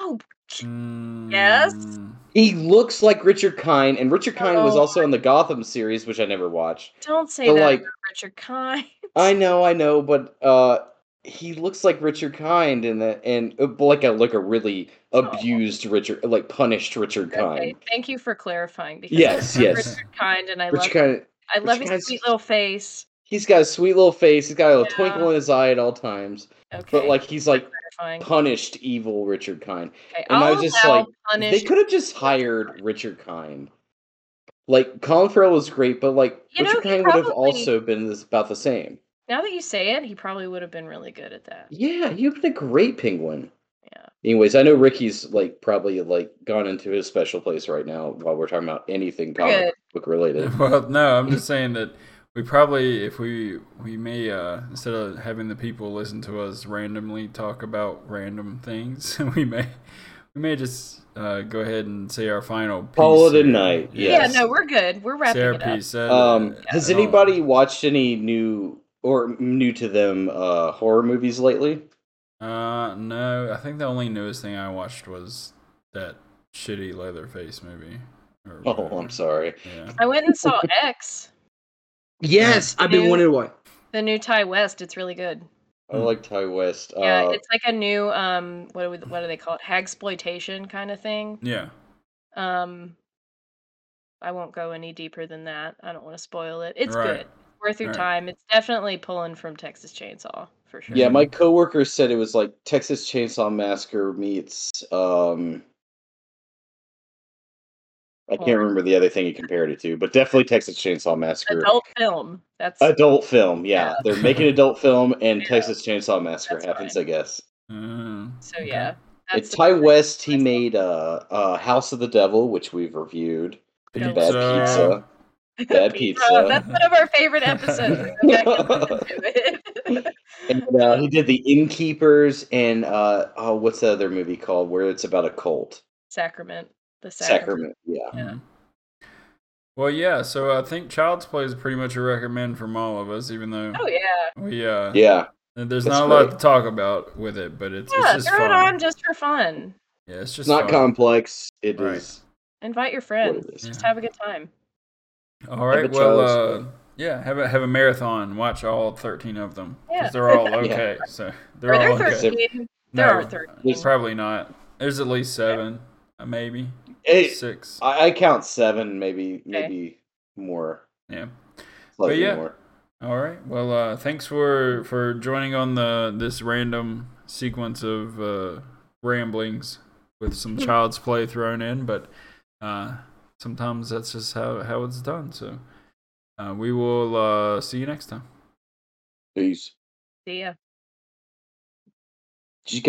Speaker 3: Oh, Yes?
Speaker 2: Mm.
Speaker 1: He looks like Richard Kind, and Richard Kind was
Speaker 3: Oh.
Speaker 1: also in the Gotham series, which I never watched.
Speaker 3: Don't say
Speaker 1: But
Speaker 3: that,
Speaker 1: like
Speaker 3: about Richard Kind.
Speaker 1: I know, I know, but uh he looks like Richard Kind in the and uh, like a like a really
Speaker 3: Oh.
Speaker 1: abused Richard like punished Richard
Speaker 3: Okay,
Speaker 1: Kind.
Speaker 3: thank you for clarifying. Because
Speaker 1: Yes,
Speaker 3: I love
Speaker 1: yes.
Speaker 3: Richard Kind, and I
Speaker 1: Richard
Speaker 3: love
Speaker 1: Kind
Speaker 3: I love
Speaker 1: Richard
Speaker 3: his
Speaker 1: Kind's-
Speaker 3: sweet little face.
Speaker 1: he's got a sweet little face. He's got a little
Speaker 3: Yeah.
Speaker 1: twinkle in his eye at all times.
Speaker 3: Okay,
Speaker 1: But like he's like
Speaker 3: clarifying.
Speaker 1: punished evil Richard Kind.
Speaker 3: Okay,
Speaker 1: and I
Speaker 3: I'll
Speaker 1: was just
Speaker 3: allow
Speaker 1: like, They
Speaker 3: punished.
Speaker 1: could have just hired Richard Kind. Like Colin Farrell was great, but like
Speaker 3: You know,
Speaker 1: Richard
Speaker 3: he
Speaker 1: Kind would have
Speaker 3: probably-
Speaker 1: also been this about the same.
Speaker 3: Now that you say it, he probably would have been really good at that.
Speaker 1: Yeah, he would have been a great penguin.
Speaker 3: Yeah.
Speaker 1: Anyways, I know Ricky's like probably like gone into his special place right now while we're talking about anything comic
Speaker 3: Good.
Speaker 1: book related.
Speaker 2: Well, no, I'm just saying that we probably, if we, we may, uh, instead of having the people listen to us randomly talk about random things, we may, we may just uh, go ahead and say our final. Piece
Speaker 1: Call it a
Speaker 2: here.
Speaker 1: night,
Speaker 3: Yeah,
Speaker 1: Yes.
Speaker 3: no, we're good. We're wrapping
Speaker 2: Sarah
Speaker 3: it up.
Speaker 2: P. said,
Speaker 1: Um,
Speaker 2: uh,
Speaker 1: has
Speaker 2: I don't-
Speaker 1: anybody watched any new or new to them uh, horror movies lately?
Speaker 2: Uh, no, I think the only newest thing I watched was that shitty Leatherface movie. or
Speaker 1: Oh,
Speaker 2: whatever.
Speaker 1: I'm sorry.
Speaker 2: Yeah.
Speaker 3: I went and saw X,
Speaker 1: Yes, I've
Speaker 3: been Dude. wanting
Speaker 1: to watch.
Speaker 3: the new Ty West. It's really good.
Speaker 1: I like Ty West.
Speaker 3: Yeah,
Speaker 1: uh,
Speaker 3: it's like a new um what do we, what do they call it? Hagsploitation kind of thing.
Speaker 2: Yeah.
Speaker 3: Um I won't go any deeper than that. I don't want to spoil it. It's
Speaker 2: Right.
Speaker 3: good. Worth your
Speaker 2: Right.
Speaker 3: time. It's definitely pulling from Texas Chainsaw for sure.
Speaker 1: yeah, my coworker said it was like Texas Chainsaw Massacre meets um I can't
Speaker 3: Horror.
Speaker 1: remember the other thing he compared it to, but definitely Texas Chainsaw Massacre.
Speaker 3: adult film. That's
Speaker 1: Adult film, yeah.
Speaker 3: Yeah.
Speaker 1: They're making adult film and
Speaker 3: Yeah.
Speaker 1: Texas Chainsaw Massacre
Speaker 3: That's
Speaker 1: happens,
Speaker 3: fine.
Speaker 1: I guess.
Speaker 2: Uh,
Speaker 3: so
Speaker 2: okay.
Speaker 3: yeah. That's
Speaker 1: It's Ty West, he
Speaker 3: that's-
Speaker 1: made uh, uh House of the Devil, which we've reviewed.
Speaker 3: Pizza.
Speaker 1: Bad pizza. Bad uh.
Speaker 3: Oh,
Speaker 1: pizza.
Speaker 3: that's one of our favorite episodes. Go back and listen to it.
Speaker 1: And uh, he did the Innkeepers and uh oh what's the other movie called where it's about a cult?
Speaker 3: Sacrament. The
Speaker 1: Sacrament,
Speaker 3: sacrament.
Speaker 1: yeah.
Speaker 3: Yeah.
Speaker 2: Mhm. Well, yeah. So I think Child's Play is pretty much a recommend from all of us, even though
Speaker 3: Oh yeah.
Speaker 2: we uh,
Speaker 1: Yeah.
Speaker 2: there's
Speaker 1: That's
Speaker 2: not a lot
Speaker 1: great.
Speaker 2: to talk about with it, but it's,
Speaker 3: Yeah,
Speaker 2: it's just
Speaker 3: throw
Speaker 2: fun.
Speaker 3: it on just for fun.
Speaker 2: Yeah, it's
Speaker 1: It's
Speaker 2: just
Speaker 1: not
Speaker 2: fun.
Speaker 1: complex. It is.
Speaker 2: Right.
Speaker 3: Invite your
Speaker 1: what
Speaker 3: friends.
Speaker 1: it is.
Speaker 3: Just have a good time.
Speaker 2: All right.
Speaker 1: Have a
Speaker 2: Well,
Speaker 1: Child's
Speaker 2: uh, yeah. Have a have a marathon. Watch all thirteen of them because
Speaker 3: Yeah.
Speaker 2: they're all okay. So they're
Speaker 3: Are there
Speaker 2: all okay.
Speaker 3: 13? There are 13.
Speaker 2: Probably not. There's at least seven, uh, maybe
Speaker 1: It-
Speaker 2: six.
Speaker 1: I, I count seven, maybe maybe more.
Speaker 2: Yeah.
Speaker 1: Slightly
Speaker 2: yeah.
Speaker 1: more.
Speaker 2: All right. Well, uh, thanks for for joining on the this random sequence of uh, ramblings with some child's play thrown in, but uh, sometimes that's just how how it's done. So uh, we will uh, see you next time.
Speaker 1: Peace.
Speaker 3: See ya.